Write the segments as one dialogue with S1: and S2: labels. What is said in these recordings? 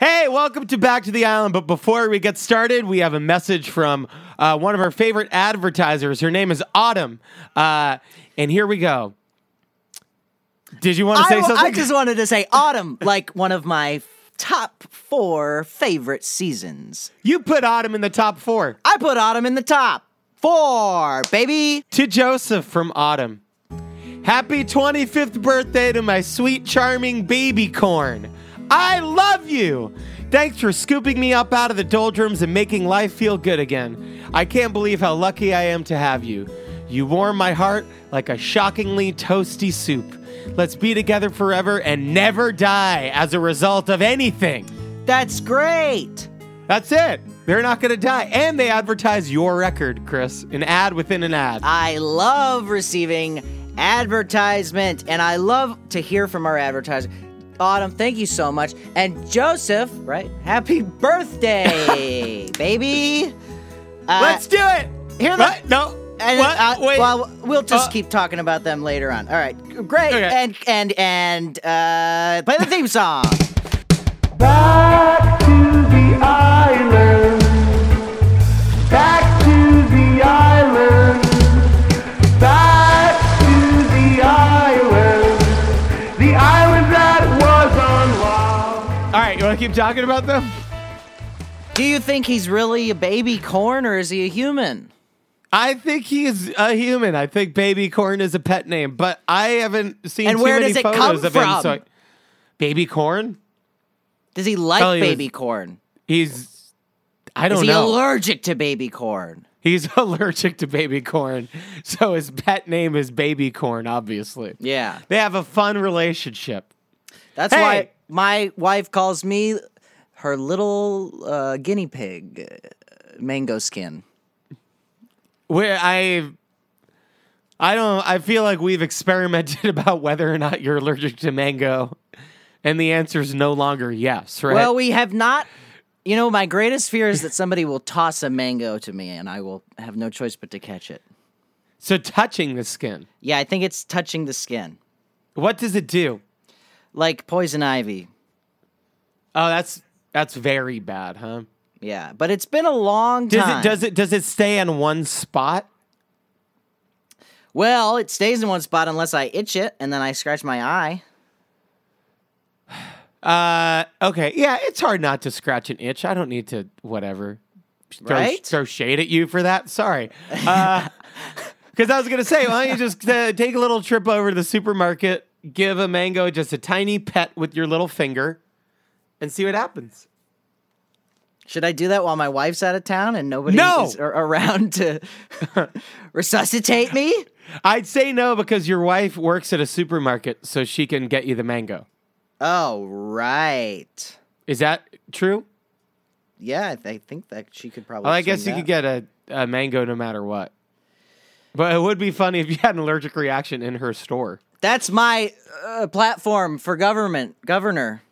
S1: Hey, welcome to Back to the Island. But before we get started, we have a message from uh, one of our favorite advertisers. Her name is Autumn. Uh, and here we go. Did you want to
S2: I,
S1: say something?
S2: I just wanted to say autumn, like one of my top four favorite seasons.
S1: you put Autumn in the top four.
S2: I put autumn in the top four, baby.
S1: To Joseph from Autumn. Happy 25th birthday to my sweet, charming baby corn. I love you. Thanks for scooping me up out of the doldrums and making life feel good again. I can't believe how lucky I am to have you. You warm my heart like a shockingly toasty soup. Let's be together forever and never die as a result of anything.
S2: That's great.
S1: That's it. They're not going to die. And they advertise your record, Chris. An ad within an ad.
S2: I love receiving advertisement, and I love to hear from our advertisers. Autumn, thank you so much. And Joseph, right? Happy birthday, baby. Uh,
S1: Let's do it.
S2: hear
S1: What?
S2: that?
S1: No.
S2: And
S1: what?
S2: uh,
S1: Wait.
S2: well, we'll just
S1: Uh,
S2: keep talking about them later on. All right, great.
S1: Okay.
S2: And and and uh, play the theme song.
S3: Back to the island. Back to the island. Back to the island. The island that was on
S1: All right. You want to keep talking about them?
S2: Do you think he's really a baby corn or is he a human?
S1: I think he is a human. I think baby corn is a pet name, but I haven't seen
S2: And
S1: too
S2: where
S1: many
S2: does it
S1: photos
S2: come
S1: of him. So
S2: from?
S1: I- baby corn?
S2: Does he like
S1: Probably was-
S2: baby corn?
S1: He's. I
S2: Is
S1: don't
S2: he
S1: know.
S2: allergic to baby corn?
S1: He's allergic to baby corn, so his pet name is baby corn. Obviously,
S2: Yeah.
S1: they have a fun relationship.
S2: That's
S1: Hey!
S2: why my wife calls me her little uh, guinea pig, uh, mango skin.
S1: Where I, I don't. I feel like we've experimented about whether or not you're allergic to mango, and the answer is no longer yes. Right?
S2: Well, we have not. You know, my greatest fear is that somebody will toss a mango to me and I will have no choice but to catch it.
S1: so touching the skin,
S2: Yeah, I think it's touching the skin,
S1: what does it do?
S2: like poison ivy.
S1: Oh, that's that's very bad, huh?
S2: Yeah, but it's been a long
S1: Does
S2: time.
S1: it does it does it stay in one spot?
S2: Well, it stays in one spot unless I itch it and then I scratch my eye.
S1: Uh, okay, yeah, it's hard not to scratch an itch. I don't need to whatever. Throw,
S2: Right?
S1: throw shade at you for that. Sorry. Because I was gonna say, why don't you just uh, take a little trip over to the supermarket, give a mango just a tiny pet with your little finger, and see what happens.
S2: Should I do that while my wife's out of town and nobody
S1: No!
S2: is ar- around to resuscitate me?
S1: I'd say no because your wife works at a supermarket, so she can get you the mango.
S2: Oh, right.
S1: Is that true?
S2: Yeah, I, th- I think that she could probably.
S1: Well, I
S2: swing
S1: guess you
S2: that.
S1: could get a, a mango no matter what. But it would be funny if you had an allergic reaction in her store.
S2: That's my uh, platform for government governor.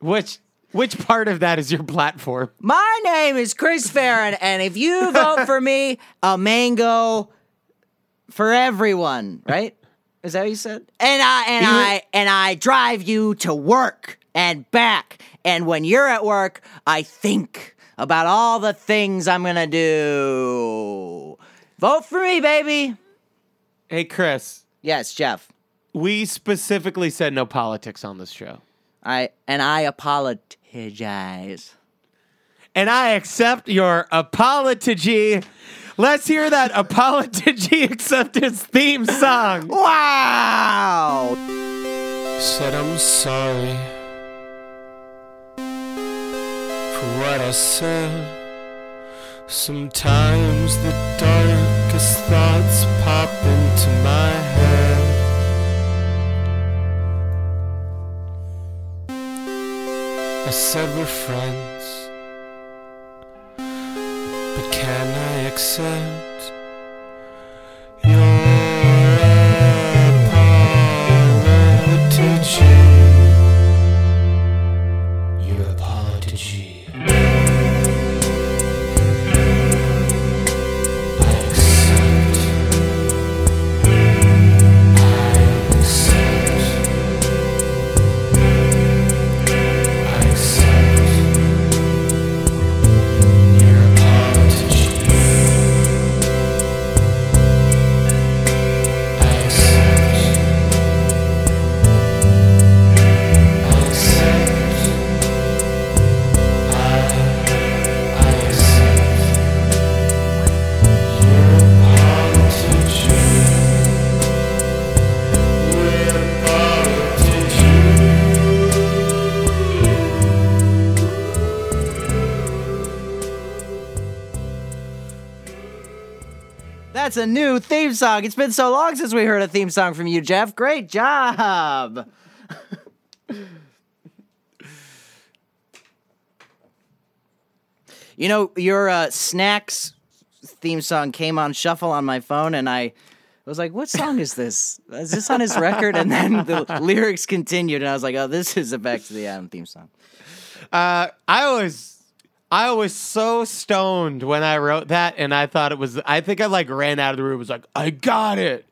S1: Which which part of that is your platform?
S2: My name is Chris Farron, and if you vote for me, a mango for everyone, right? Is that what you said? And I and
S1: You-
S2: I and I drive you to work and back. And when you're at work, I think about all the things I'm gonna do. Vote for me, baby.
S1: Hey Chris,
S2: Yes, Jeff.
S1: we specifically said no politics on this show.
S2: I and I apologize.
S1: And I accept your apology. Let's hear that apology acceptance theme song.
S2: Wow.
S4: Said I'm sorry for what I said. Sometimes the darkest thoughts pop into my head. I said we're friends, but can I accept? Your apology. Your apology. I accept. I accept. I accept.
S2: that's a new theme song. It's been so long since we heard a theme song from you, Jeff. Great job. you know, your uh, snacks theme song came on shuffle on my phone, and I was like, what song is this? Is this on his record? And then the lyrics continued, and I was like, oh, this is a Back to the Atom theme song.
S1: Uh, I was I was so stoned when I wrote that, and I thought it was. I think I like ran out of the room. Was like, I got it.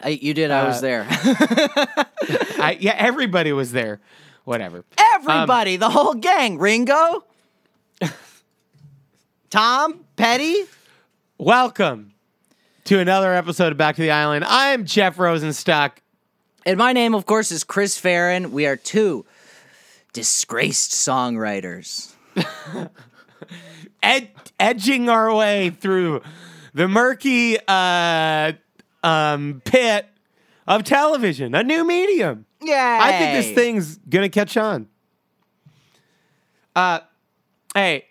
S2: I, you did, I was there.
S1: I, yeah, everybody was there. Whatever.
S2: Everybody, the whole gang. Ringo, Tom, Petty.
S1: Welcome to another episode of Back to the Island. I am Jeff Rosenstock.
S2: And my name, of course, is Chris Farron. We are two disgraced songwriters.
S1: ed- edging our way through the murky uh, um, pit of television, a new medium.
S2: Yeah.
S1: I think this thing's gonna catch on. Uh, hey,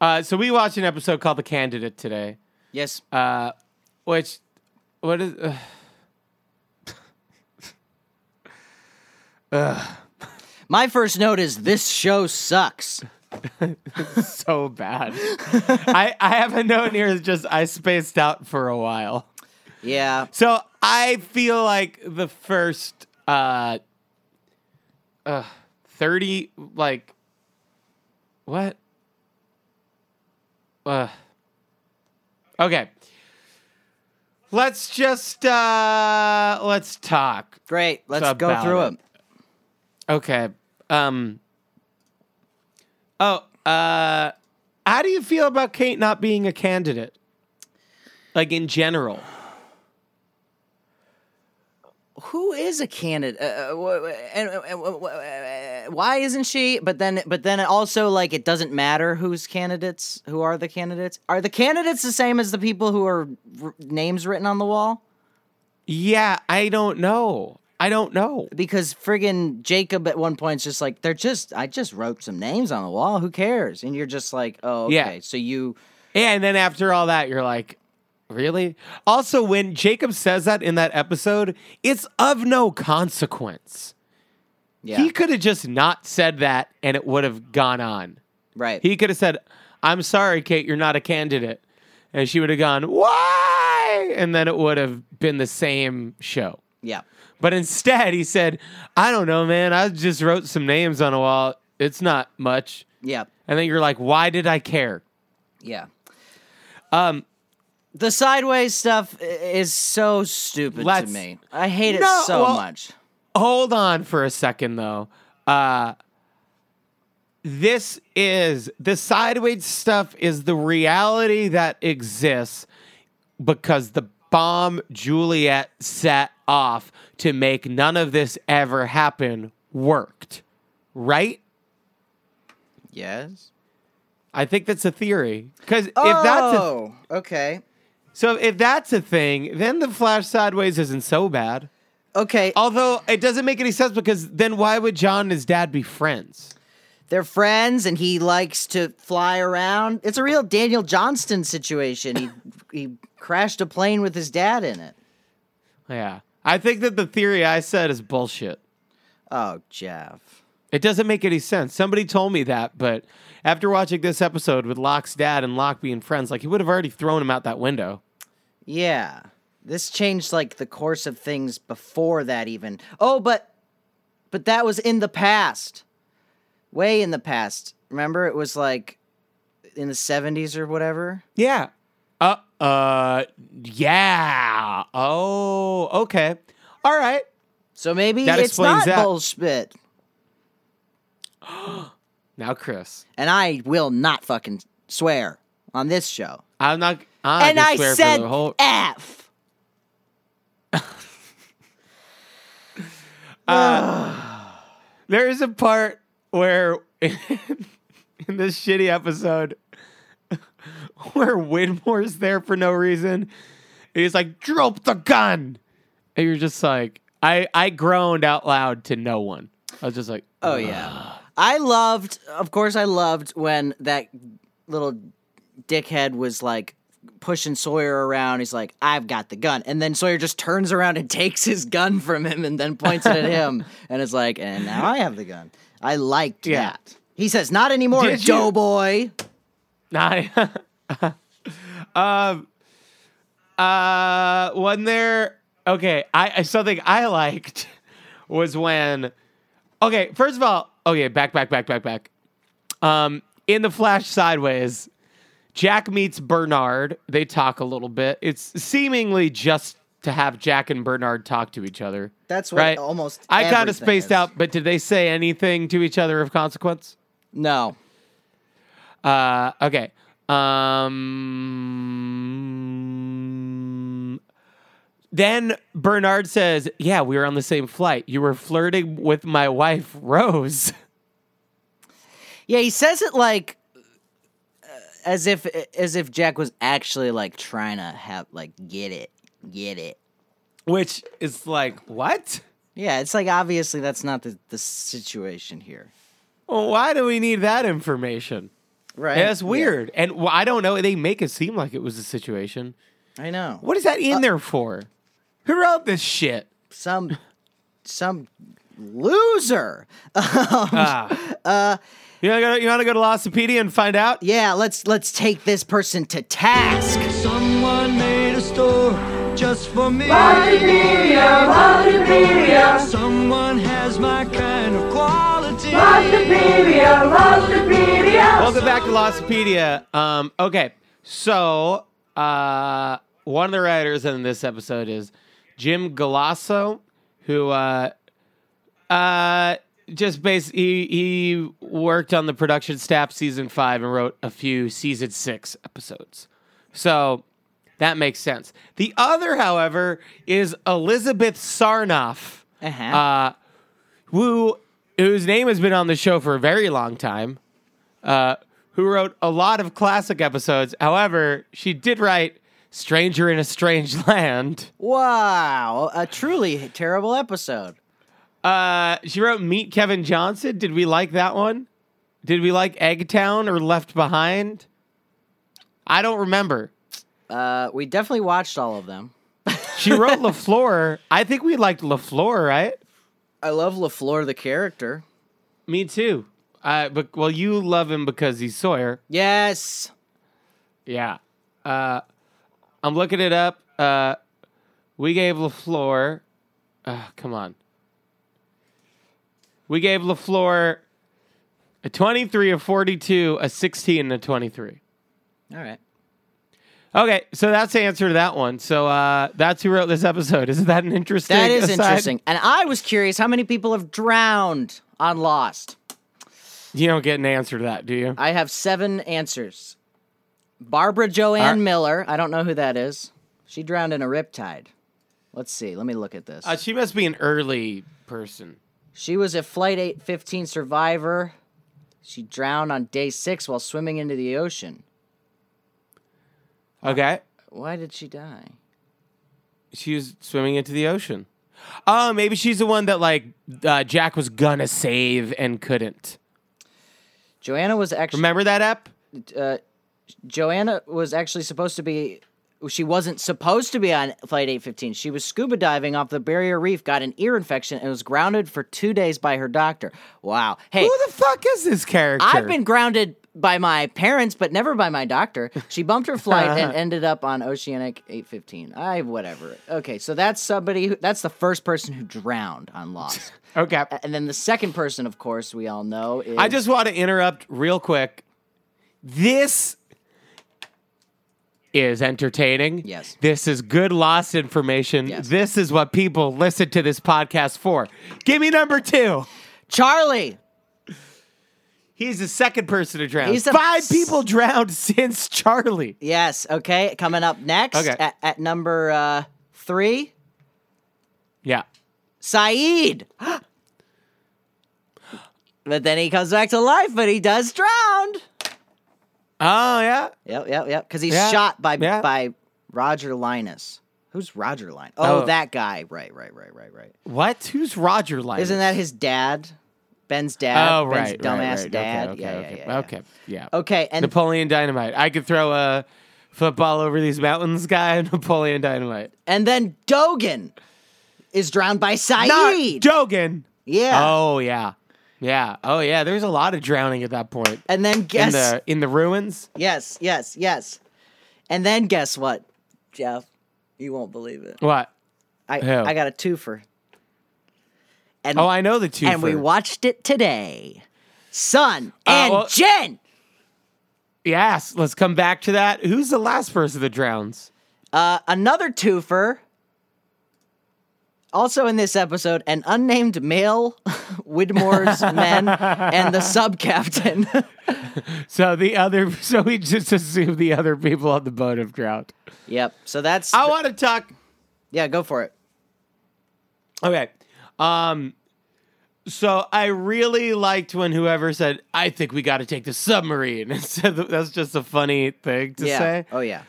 S1: uh, so we watched an episode called "The Candidate" today,
S2: Yes.
S1: uh, which what is? Uh,
S2: my first note is this show sucks.
S1: so bad. I, I have a note here that's just I spaced out for a while.
S2: Yeah.
S1: So I feel like the first uh, uh, 30, like, what? Uh, okay. Let's just, uh, let's talk.
S2: Great. Let's
S1: It's
S2: go
S1: about
S2: through
S1: it.
S2: it.
S1: Okay. Um, oh, uh, how do you feel about Kate not being a candidate? Like in general?
S2: Who is a candidate? Uh, uh, wh- wh- and, uh, wh- wh- uh, why isn't she? But then, but then also like it doesn't matter who's candidates. Who are the candidates? Are the candidates the same as the people who are r- names written on the wall?
S1: Yeah, I don't know. I don't know.
S2: because friggin' Jacob at one point's just like they're just I just wrote some names on the wall. Who cares? And you're just like, oh, okay.
S1: Yeah.
S2: So you,
S1: And then after all that, you're like, really? Also, when Jacob says that in that episode, it's of no consequence.
S2: yeah,
S1: He could have just not said that and it would have gone on.
S2: right.
S1: He could have said, I'm sorry, Kate, you're not a candidate. And she would have gone, why? And then it would have been the same show.
S2: yeah,
S1: But instead, he said, I don't know, man. I just wrote some names on a wall. It's not much.
S2: yeah,
S1: And then you're like, why did I care?
S2: yeah.
S1: Um,
S2: The sideways stuff i- is so stupid to
S1: Let's-
S2: me. I hate it
S1: No,
S2: so
S1: well-
S2: much.
S1: hold on for a second though. Uh this is the sideways stuff is the reality that exists because the bomb Juliet set off to make none of this ever happen worked. Right?
S2: Yes.
S1: I think that's a theory. Cuz if that's a,
S2: Oh, okay.
S1: so if that's a thing, then the flash sideways isn't so bad.
S2: Okay,
S1: Although it doesn't make any sense because then why would John and his dad be friends?
S2: they're friends, and he likes to fly around. It's a real Daniel Johnston situation. He he crashed a plane with his dad in it.
S1: Yeah. I think that the theory I said is bullshit.
S2: Oh, Jeff.
S1: It doesn't make any sense. Somebody told me that, but after watching this episode with Locke's dad and Locke being friends, like he would have already thrown him out that window.
S2: Yeah. This changed like the course of things before that even. Oh, but but that was in the past. Way in the past. Remember it was like in the 70s or whatever?
S1: Yeah. Uh uh yeah. Oh, okay. All right.
S2: So maybe
S1: That
S2: it's
S1: explains
S2: not
S1: that.
S2: bullshit.
S1: Now Chris.
S2: And I will not fucking swear on this show.
S1: I'm not I
S2: and
S1: just
S2: I
S1: swear for
S2: said
S1: the whole
S2: F.
S1: There is a part where in this shitty episode where Widmore's there for no reason. And he's like, drop the gun. And you're just like, I, I groaned out loud to no one. I was just like,
S2: Oh yeah. I loved of course I loved when that little dickhead was like pushing Sawyer around. He's like, I've got the gun. And then Sawyer just turns around and takes his gun from him and then points it at him. And it's like, and now I have the gun. I liked
S1: Yeah.
S2: that. He says, not anymore,
S1: Did you-
S2: doughboy.
S1: Nah. um, uh, when there, okay, I I- something I liked was when, okay, first of all, okay, back, back, back, back, back. Um, in the flash sideways, Jack meets Bernard. They talk a little bit. It's seemingly just to have Jack and Bernard talk to each other.
S2: That's what
S1: right.
S2: almost
S1: I kind
S2: everything
S1: of spaced
S2: is.
S1: out, but did they say anything to each other of consequence?
S2: No.
S1: Uh, okay. Um, then Bernard says, "Yeah, we were on the same flight. You were flirting with my wife, Rose."
S2: Yeah, he says it like uh, as if as if Jack was actually like trying to have like get it, get it.
S1: Which is like, what?
S2: Yeah, it's like obviously that's not the, the situation here.
S1: Well, why do we need that information?
S2: Right.
S1: That's weird. And well, I don't know. They make it seem like it was a situation.
S2: I know.
S1: What is that in there for? Who wrote this shit?
S2: Some some loser.
S1: Ah. you know, you want to go to Lossopedia and find out?
S2: yeah, let's let's take this person to task.
S5: Someone made a store just for me. Someone has my kind of quality.
S1: Welcome back to Lostpedia. Um, okay, so uh, one of the writers in this episode is Jim Galasso, who uh, uh, just basically he, he worked on the production staff season five and wrote a few season six episodes. So that makes sense. The other, however, is Elizabeth Sarnoff
S2: Uh-huh.
S1: uh, who whose name has been on the show for a very long time, uh, who wrote a lot of classic episodes. However, she did write "Stranger in a Strange Land."
S2: wow, a truly terrible episode.
S1: Uh, she wrote "Meet Kevin Johnson." Did we like that one? Did we like Eggtown or Left Behind? I don't remember.
S2: Uh, we definitely watched all of them.
S1: She wrote LaFleur. I think we liked LaFleur, right?
S2: I love LaFleur the character.
S1: Me too. Uh, but well, you love him because he's Sawyer.
S2: Yes.
S1: Yeah. Uh, I'm looking it up. Uh, we gave LaFleur. Uh, come on. We gave LaFleur a 23, a 42, a 16, and a 23.
S2: All right.
S1: Okay, so that's the answer to that one. So uh, that's who wrote this episode. Isn't that an interesting?
S2: That is
S1: aside?
S2: interesting. And I was curious how many people have drowned on Lost.
S1: You don't get an answer to that, do you?
S2: I have seven answers. Barbara Joanne
S1: Are-
S2: Miller. I don't know who that is. She drowned in a riptide. Let's see. Let me look at this.
S1: Uh, she must be an early person.
S2: she was a Flight 815 survivor. She drowned on day six while swimming into the ocean.
S1: Okay.
S2: Why did she die?
S1: she was swimming into the ocean. Oh, maybe she's the one that like uh, Jack was gonna save and couldn't.
S2: Joanna was actually.
S1: Remember that app?
S2: uh, Joanna was actually supposed to be. She wasn't supposed to be on Flight 815. She was scuba diving off the barrier reef, got an ear infection, and was grounded for two days by her doctor. Wow. Hey,
S1: Who the fuck is this character?
S2: I've been grounded by my parents, but never by my doctor. She bumped her flight and ended up on Oceanic 815. I, whatever. Okay, so that's somebody who, that's the first person who drowned on Lost.
S1: okay.
S2: and then the second person, of course, we all know is.
S1: Uh, I just want to interrupt real quick. This is entertaining.
S2: Yes.
S1: This is good lost information.
S2: Yes.
S1: This is what people listen to this podcast for. Give me number two.
S2: Charlie!
S1: He's the second person to drown.
S2: He's the-
S1: Five people drowned since Charlie.
S2: Yes. Okay. Coming up next
S1: Okay.
S2: at, at number uh, three,
S1: Yeah.
S2: Saeed. but then he comes back to life, but he does drown.
S1: Oh yeah.
S2: Yep. Yep. Yep. Because he's
S1: Yeah,
S2: shot by
S1: yeah.
S2: by Roger Linus. Who's Roger Linus? Oh,
S1: Oh.
S2: that guy. Right. Right. Right. Right. Right.
S1: What? Who's Roger like?
S2: Isn't that his dad? Ben's dad.
S1: Oh,
S2: Ben's
S1: right.
S2: Dumbass
S1: right, right.
S2: dad.
S1: Okay, okay,
S2: yeah,
S1: okay.
S2: yeah. Yeah. Yeah.
S1: Okay. Yeah.
S2: Okay. And
S1: Napoleon Dynamite. I could throw a football over these mountains guy and Napoleon Dynamite.
S2: And then Dogan is drowned by Saeed.
S1: Not Dogan.
S2: yeah.
S1: Oh yeah, yeah. Oh yeah. There's a lot of drowning at that point
S2: and then
S1: in
S2: guess
S1: the in the ruins.
S2: yes, yes, yes. And then guess what, Jeff? You won't believe it.
S1: What?
S2: I
S1: Who?
S2: I got a twofer. And
S1: Oh, I know the two.
S2: and we watched it today. Son and
S1: Uh, well-
S2: Jen.
S1: Yes, let's come back to that. Who's the last person that drowns?
S2: Uh, another twofer. Also in this episode, an unnamed male, Widmore's men, and the sub captain.
S1: So the other. So we just assume the other people on the boat have drowned.
S2: yep. So that's
S1: I want to talk.
S2: yeah. Go for it.
S1: Okay. Um. So I really liked when whoever said, "I think we got to take the submarine." So th- that's just a funny thing to
S2: yeah.
S1: say.
S2: Oh yeah.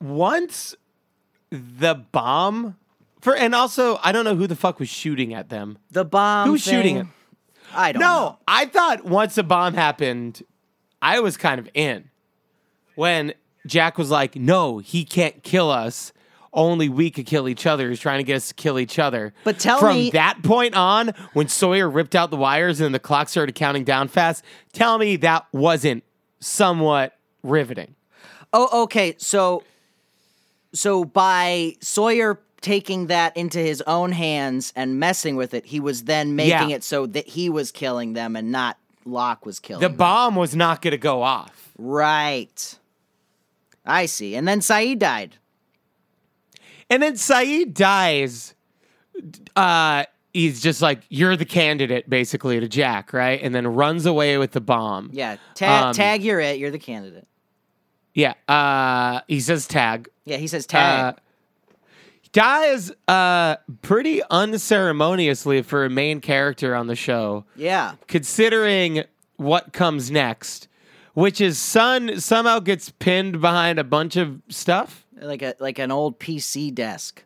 S1: once the bomb for and also I don't know who the fuck was shooting at them.
S2: The bomb.
S1: Who's shooting it?
S2: thing, I don't. know.
S1: No, I thought once the bomb happened, I was kind of in. When Jack was like, "No, he can't kill us. Only we could kill each other." He's trying to get us to kill each other.
S2: But tell
S1: from
S2: me-
S1: that point on, when Sawyer ripped out the wires and the clock started counting down fast, tell me that wasn't somewhat riveting.
S2: Oh, okay. So, so by Sawyer taking that into his own hands and messing with it, he was then making
S1: Yeah.
S2: it so that he was killing them and not Locke was killing.
S1: The
S2: them.
S1: bomb was not going to go off.
S2: right. I see. And then Saeed died.
S1: And then Saeed dies. Uh, he's just like, you're the candidate, basically, to Jack, right? And then runs away with the bomb.
S2: Yeah. Ta-
S1: Um,
S2: tag, you're it. You're the candidate.
S1: Yeah. Uh, he says tag.
S2: Yeah. He says
S1: Uh,
S2: tag.
S1: dies uh, pretty unceremoniously for a main character on the show,
S2: yeah.
S1: considering what comes next, which is Sun somehow gets pinned behind a bunch of stuff.
S2: Like a like an old PC desk.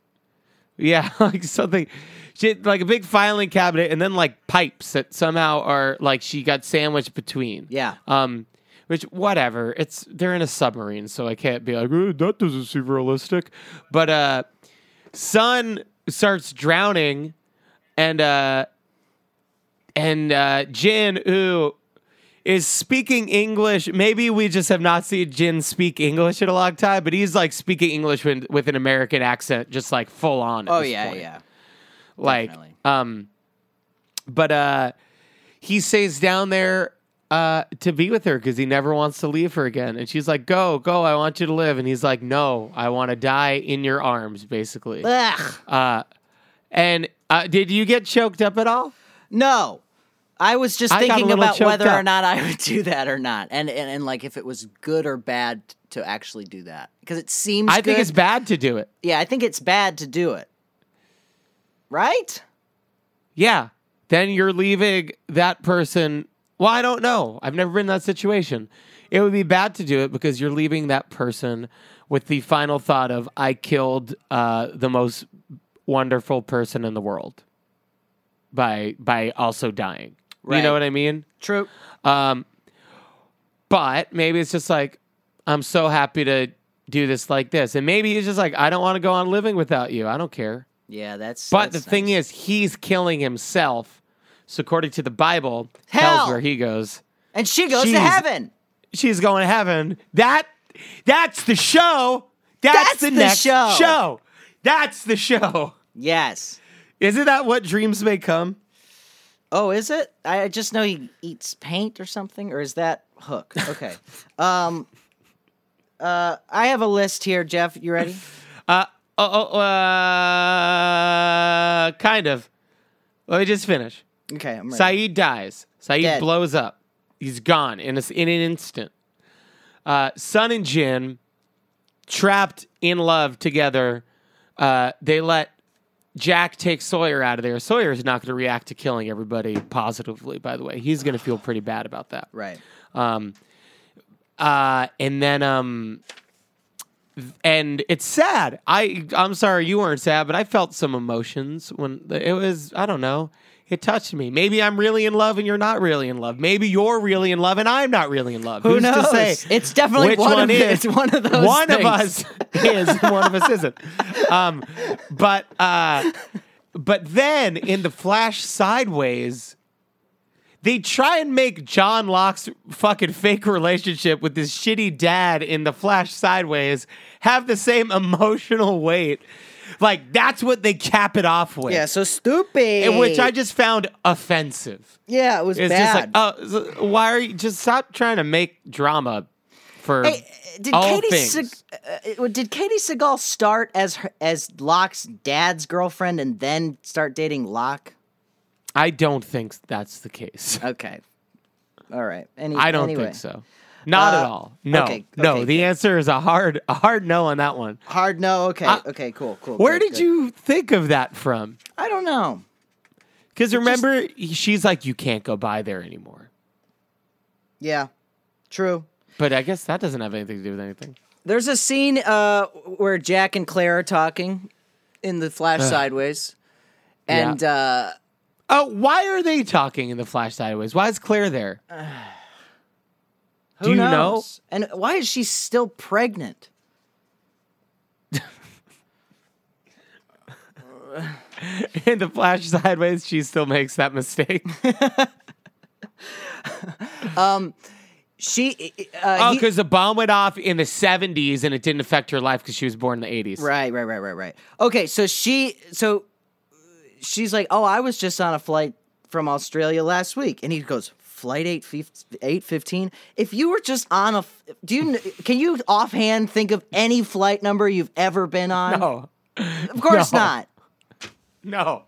S1: Yeah, like something, she, like a big filing cabinet, and then like pipes that somehow are like she got sandwiched between.
S2: Yeah.
S1: Um, which whatever. It's they're in a submarine, so I can't be like "Eh, that doesn't seem realistic. But uh, Sun starts drowning, and uh, and uh, Jin who is speaking English. Maybe we just have not seen Jin speak English in a long time, but he's like speaking English with, with an American accent, just like full on. at
S2: Oh
S1: this
S2: yeah.
S1: point.
S2: Yeah.
S1: like
S2: definitely.
S1: um, but uh, he stays down there uh to be with her because he never wants to leave her again, and she's like, "Go, go, I want you to live," and he's like, "No, I want to die in your arms," basically.
S2: Ugh.
S1: Uh, and uh, did you get choked up at all?
S2: No. I was just
S1: I got a
S2: thinking
S1: little
S2: about
S1: choked
S2: whether or
S1: up.
S2: not I would do that or not. And, and and like if it was good or bad t- to actually do that. Because it seems
S1: I think
S2: good-
S1: it's bad to do it.
S2: Yeah, I think it's bad to do it. Right?
S1: Yeah. Then you're leaving that person. Well, I don't know. I've never been in that situation. It would be bad to do it because you're leaving that person with the final thought of, I killed uh, the most wonderful person in the world by by also dying. You
S2: Right.
S1: know what I mean?
S2: True.
S1: Um, but maybe it's just like, I'm so happy to do this like this. And maybe it's just like, I don't want to go on living without you. I don't care.
S2: Yeah, that's
S1: But the
S2: that's
S1: thing is,
S2: nice.
S1: he's killing himself. So according to the Bible,
S2: Hell.
S1: hell's where he goes.
S2: And she goes to
S1: Jeez.
S2: heaven.
S1: She's going to heaven. That that's the show. That's,
S2: That's
S1: the,
S2: the
S1: next
S2: show.
S1: show. That's the show.
S2: Yes.
S1: Isn't that what dreams may come?
S2: Oh, is it? I I just know he eats paint or something, or is that Hook? Okay. um uh I have a list here, Jeff. You ready?
S1: Oh, oh uh, kind of. Let me just finish.
S2: Okay, I'm ready.
S1: Saeed dies. Saeed
S2: Dead.
S1: blows up. He's gone in, a s in an instant. Uh, Sun and Jin, trapped in love together, uh, they let Jack take Sawyer out of there. Sawyer's not going to react to killing everybody positively, by the way. He's going to feel pretty bad about that.
S2: Right.
S1: Um, uh, and then, um, th- and it's sad. I I'm sorry you weren't sad, but I felt some emotions when it was. I don't know. It touched me. Maybe I'm really in love and you're not really in love. Maybe you're really in love and I'm not really in love.
S2: Who
S1: Who's
S2: knows?
S1: to say?
S2: It's definitely
S1: which
S2: one of
S1: one
S2: the-
S1: is.
S2: it's one of those
S1: One of
S2: things.
S1: us is. and One of us isn't. Um, but uh, but then in the Flash sideways. They try and make John Locke's fucking fake relationship with this shitty dad in the Flash Sideways have the same emotional weight. Like that's what they cap it off with.
S2: Yeah, so stupid.
S1: And which I just found offensive.
S2: yeah, it was
S1: It's
S2: bad.
S1: just like, oh, s- why are you just stop trying to make drama for
S2: Hey, uh, did
S1: all
S2: Katie
S1: things.
S2: Seg- uh, uh, did Katie Seagal start as her, as Locke's dad's girlfriend and then start dating Locke?
S1: I don't think that's the case.
S2: Okay, all right. Any,
S1: I don't
S2: anyway.
S1: think so. Not at
S2: Uh,
S1: all. No,
S2: okay,
S1: no.
S2: okay,
S1: the answer is a hard, a hard no on that one.
S2: Hard no. Okay,
S1: I-
S2: okay, cool, cool.
S1: Where did
S2: good, good.
S1: you think of that from?
S2: I don't know.
S1: Because remember, he- she's like, you can't go by there anymore.
S2: Yeah, true.
S1: But I guess that doesn't have anything to do with anything.
S2: There's a scene uh, where Jack and Claire are talking in the Flash sideways,
S1: Yeah.
S2: and uh,
S1: Oh, why are they talking in the flash sideways? Why is Claire there?
S2: who
S1: Do you know?
S2: knows? And why is she still pregnant?
S1: in the flash sideways, she still makes that mistake.
S2: She. Uh,
S1: Oh,
S2: he-
S1: because the bomb went off in the 70s and it didn't affect her life because she was born in the 80s.
S2: Right, right, right, right, right. Okay, so she, so uh, she's like, oh, I was just on a flight from Australia last week, and he goes, flight eight eight fifteen. If you were just on a, f- do you kn- can you offhand think of any flight number you've ever been on?
S1: No,
S2: of course
S1: no.
S2: not.
S1: Oh, no.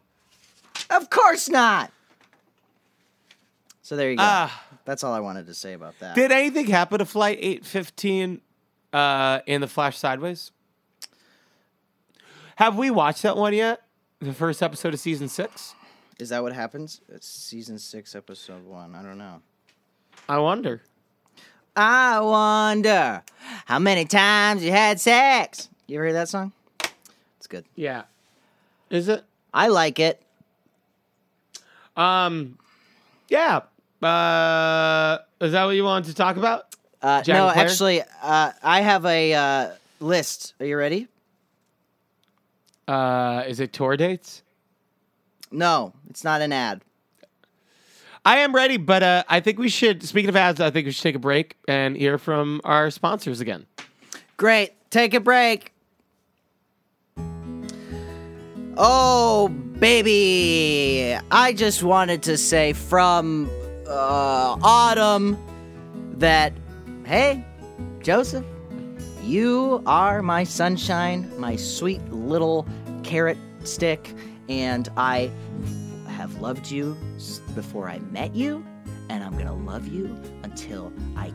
S2: Of course not. So there you go.
S1: Uh,
S2: That's all I wanted to say about that.
S1: did anything happen to Flight 815 uh, in the Flash Sideways? Have we watched that one yet? The first episode of season six?
S2: Is that what happens? It's season six, episode one. I don't know.
S1: I wonder.
S2: I wonder how many times you had sex. You ever hear that song? It's good.
S1: Yeah. Is it?
S2: I like it.
S1: Um, yeah. Uh, is that what you wanted to talk about?
S2: Uh,
S1: Jack
S2: no,
S1: and Claire?
S2: actually, uh, I have a uh, list. Are you ready?
S1: Uh, is it tour dates?
S2: No, it's not an ad.
S1: I am ready, but uh, I think we should. Speaking of ads, I think we should take a break and hear from our sponsors again.
S2: Great. Take a break. Oh, baby. I just wanted to say from uh, Autumn that, hey, Joseph, you are my sunshine, my sweet little carrot stick, and I have loved you s- before I met you, and I'm gonna love you until I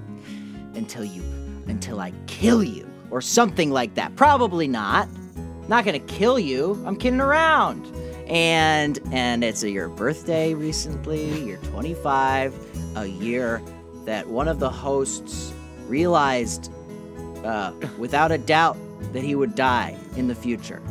S2: until you until I kill you or something like that. Probably not. Not gonna kill you. I'm kidding around. And and it's your birthday recently. You're 25, a year that one of the hosts realized uh, without a doubt that he would die in the future.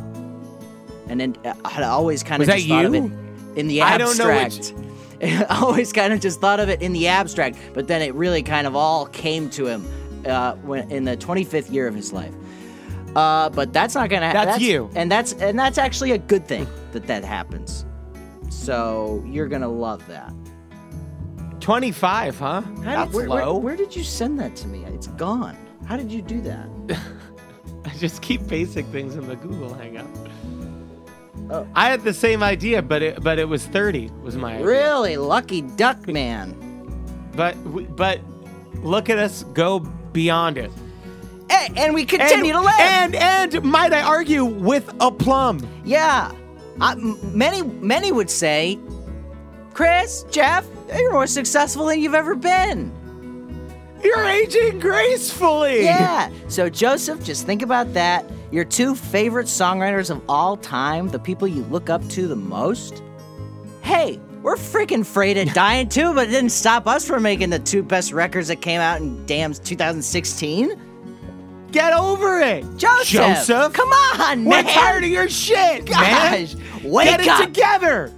S2: And then uh, I always kind
S1: Was
S2: of
S1: that
S2: just thought of
S1: you?
S2: it in the
S1: I don't know which-
S2: abstract. I always kind of just thought of it in the abstract, but then it really kind of all came to him uh, when, in the 25th year of his life. Uh, but that's not gonna.
S1: That's you.
S2: and that's and that's actually a good thing that that happens. So you're gonna love that.
S1: Twenty-five, huh?
S2: How
S1: That's
S2: did, where, where,
S1: low.
S2: where did you send that to me? It's gone. How did you do that?
S1: I just keep basic things in the Google Hangout.
S2: Oh.
S1: I had the same idea, but it but it was thirty was my idea.
S2: Really lucky duck man.
S1: But we- but look at us go beyond it.
S2: Hey, and we continue to live.
S1: and and might I argue with aplomb.
S2: Yeah. I m many, many would say, Chris, Jeff, you're more successful than you've ever been.
S1: You're aging gracefully.
S2: Yeah. So, Joseph, just think about that. Your two favorite songwriters of all time, the people you look up to the most. Hey, we're freaking afraid of dying too, but it didn't stop us from making the two best records that came out in damn 2016.
S1: Get over it.
S2: Joseph,
S1: Joseph.
S2: come on,
S1: We're
S2: man.
S1: tired of your shit,
S2: Gosh,
S1: man.
S2: wake
S1: Get it
S2: up.
S1: together.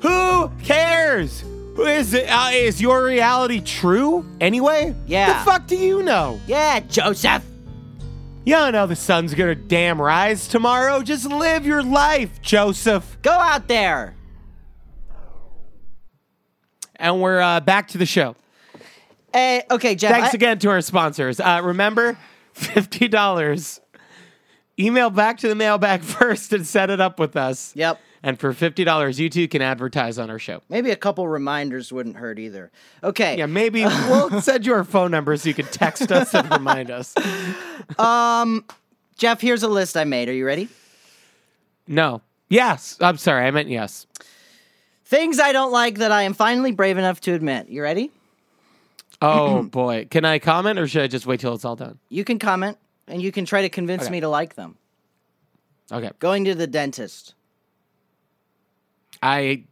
S1: Who cares? Is it? Uh, is your reality true anyway?
S2: Yeah.
S1: The fuck do you know?
S2: Yeah, Joseph.
S1: You don't know the sun's gonna damn rise tomorrow. Just live your life, Joseph.
S2: Go out there.
S1: And we're uh, back to the show.
S2: Hey, okay, Jeff.
S1: Thanks
S2: I-
S1: again to our sponsors. Uh, remember, fifty dollars. Email back to the mailbag first and set it up with us.
S2: Yep.
S1: And for fifty dollars, you too can advertise on our show.
S2: Maybe a couple reminders wouldn't hurt either. Okay.
S1: Yeah, maybe we'll send you our phone number so you can text us and remind us.
S2: Jeff, here's a list I made. Are you ready?
S1: No. Yes. I'm sorry. I meant yes.
S2: Things I don't like that I am finally brave enough to admit. You ready?
S1: Oh boy. Can I comment or should I just wait till it's all done?
S2: You can comment and you can try to convince
S1: Okay.
S2: me to like them.
S1: Okay.
S2: Going to the dentist.
S1: I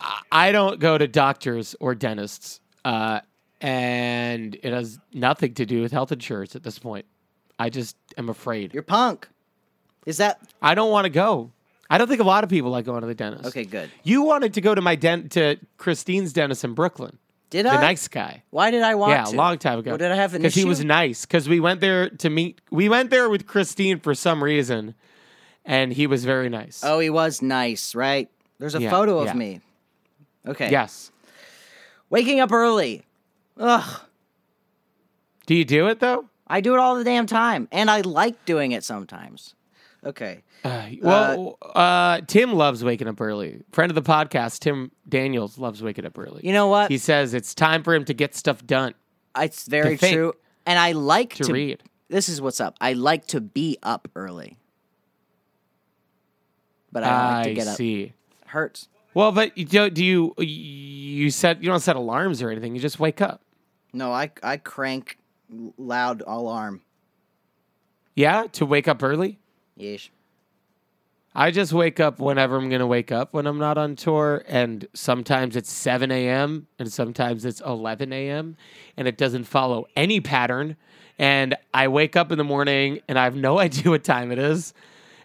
S1: I- I don't go to doctors or dentists, uh, and it has nothing to do with health insurance at this point. I just am afraid.
S2: You're punk. Is that
S1: I don't want to go. I don't think a lot of people like going to the dentist.
S2: okay? Good.
S1: You wanted to go to my dent to Christine's dentist in Brooklyn.
S2: Did
S1: The
S2: I?
S1: nice guy.
S2: Why did I want
S1: Yeah, a
S2: to?
S1: long time ago.
S2: Well, did I have an
S1: Because
S2: issue?
S1: he was nice. Because we went there to meet. We went there with Christine for some reason, and he was very nice.
S2: oh, he was nice, right? There's a
S1: Yeah,
S2: photo of
S1: yeah.
S2: me. Okay.
S1: yes.
S2: Waking up early. Ugh.
S1: Do you do it though?
S2: I do it all the damn time, and I like doing it sometimes. Okay.
S1: Uh, well, uh, Tim loves waking up early. Friend of the podcast, Tim Daniels loves waking up early.
S2: You know what?
S1: He says it's time for him to get stuff done.
S2: It's very
S1: think,
S2: true. And I like to,
S1: to read.
S2: This is what's up. I like to be up early. But I don't like to
S1: I
S2: get up.
S1: see.
S2: Hurts.
S1: Well, but you don't, do you you set you don't set alarms or anything. You just wake up.
S2: No, I I crank l- loud alarm.
S1: Yeah, to wake up early.
S2: Yeesh.
S1: I just wake up whenever I'm going to wake up when I'm not on tour. And sometimes it's 7 a.m. and sometimes it's 11 a.m. And it doesn't follow any pattern. And I wake up in the morning and I have no idea what time it is.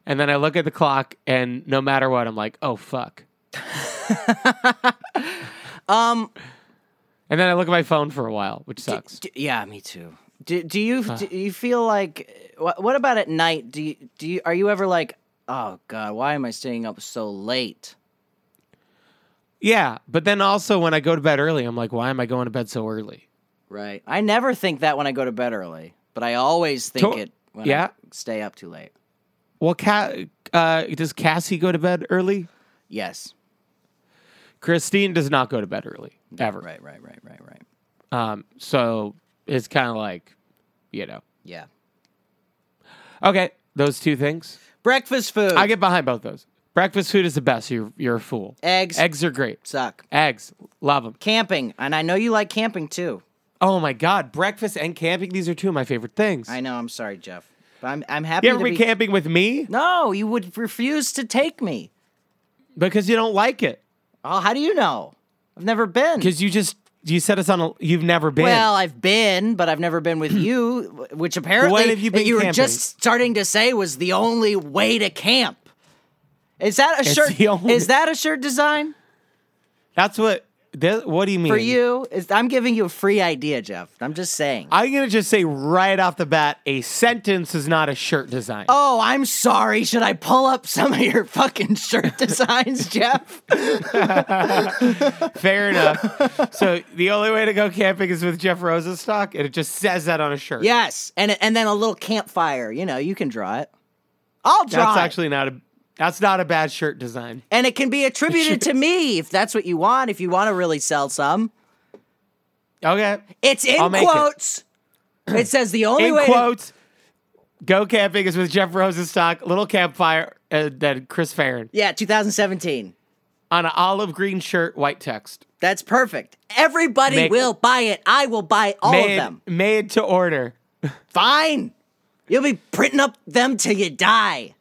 S1: And then I look at the clock and no matter what, I'm like, oh, fuck.
S2: Um.
S1: And then I look at my phone for a while, which sucks.
S2: d- yeah, me too. Do, do you
S1: Uh.
S2: do you feel like what, what about at night? Do you do you are you ever like oh god why am I staying up so late?
S1: yeah. But then also when I go to bed early, I'm like, why am I going to bed so early?
S2: Right. I never think that when I go to bed early, but I always think
S1: To-
S2: it when
S1: yeah.
S2: I stay up too late.
S1: Well, Ca- uh, does Cassie go to bed early?
S2: Yes.
S1: Christine does not go to bed early, ever.
S2: Right, right, right, right, right.
S1: Um, so it's kind of like, you know,
S2: Yeah.
S1: okay, those two things.
S2: Breakfast food.
S1: I get behind both those. Breakfast food is the best. You're you're a fool.
S2: Eggs.
S1: Eggs are great.
S2: suck.
S1: Eggs, love them.
S2: Camping, and I know you like camping too.
S1: Oh my god, breakfast and camping. These are two of my favorite things.
S2: I know. I'm sorry, Jeff, but I'm I'm happy
S1: You ever
S2: to be.
S1: been camping with me
S2: no, you would refuse to take me.
S1: because you don't like it?
S2: Oh, how do you know? I've never been.
S1: Because you just you set us on a you've never been.
S2: Well, I've been, but I've never been with you, which apparently
S1: When have you been
S2: you were
S1: camping?
S2: just starting to say was the only way to camp. Is that a shirt?
S1: the only-
S2: Is that a shirt design
S1: That's what. That, what do you mean?
S2: for you? Is, I'm giving you a free idea, Jeff. I'm just saying.
S1: I'm gonna just say right off the bat, a sentence is not a shirt design.
S2: oh, I'm sorry. Should I pull up some of your fucking shirt designs, Jeff?
S1: Fair enough. so the only way to go camping is with Jeff Rosenstock, and it just says that on a shirt.
S2: Yes, and and then a little campfire. You know, you can draw it. I'll draw
S1: that's
S2: it.
S1: actually not a that's not a bad shirt design.
S2: and it can be attributed to me if that's what you want. If you want to really sell some,
S1: Okay,
S2: it's in
S1: I'll make it.
S2: quotes. It. says the only
S1: in
S2: way. to-
S1: quotes, go camping is with Jeff Rosenstock, little campfire, and then Chris Farron
S2: yeah, 2017.
S1: on an olive green shirt, white text,
S2: That's perfect. Everybody
S1: Make-
S2: will buy it. I will buy all
S1: made
S2: of them.
S1: made to order.
S2: Fine. You'll be printing up them till you die.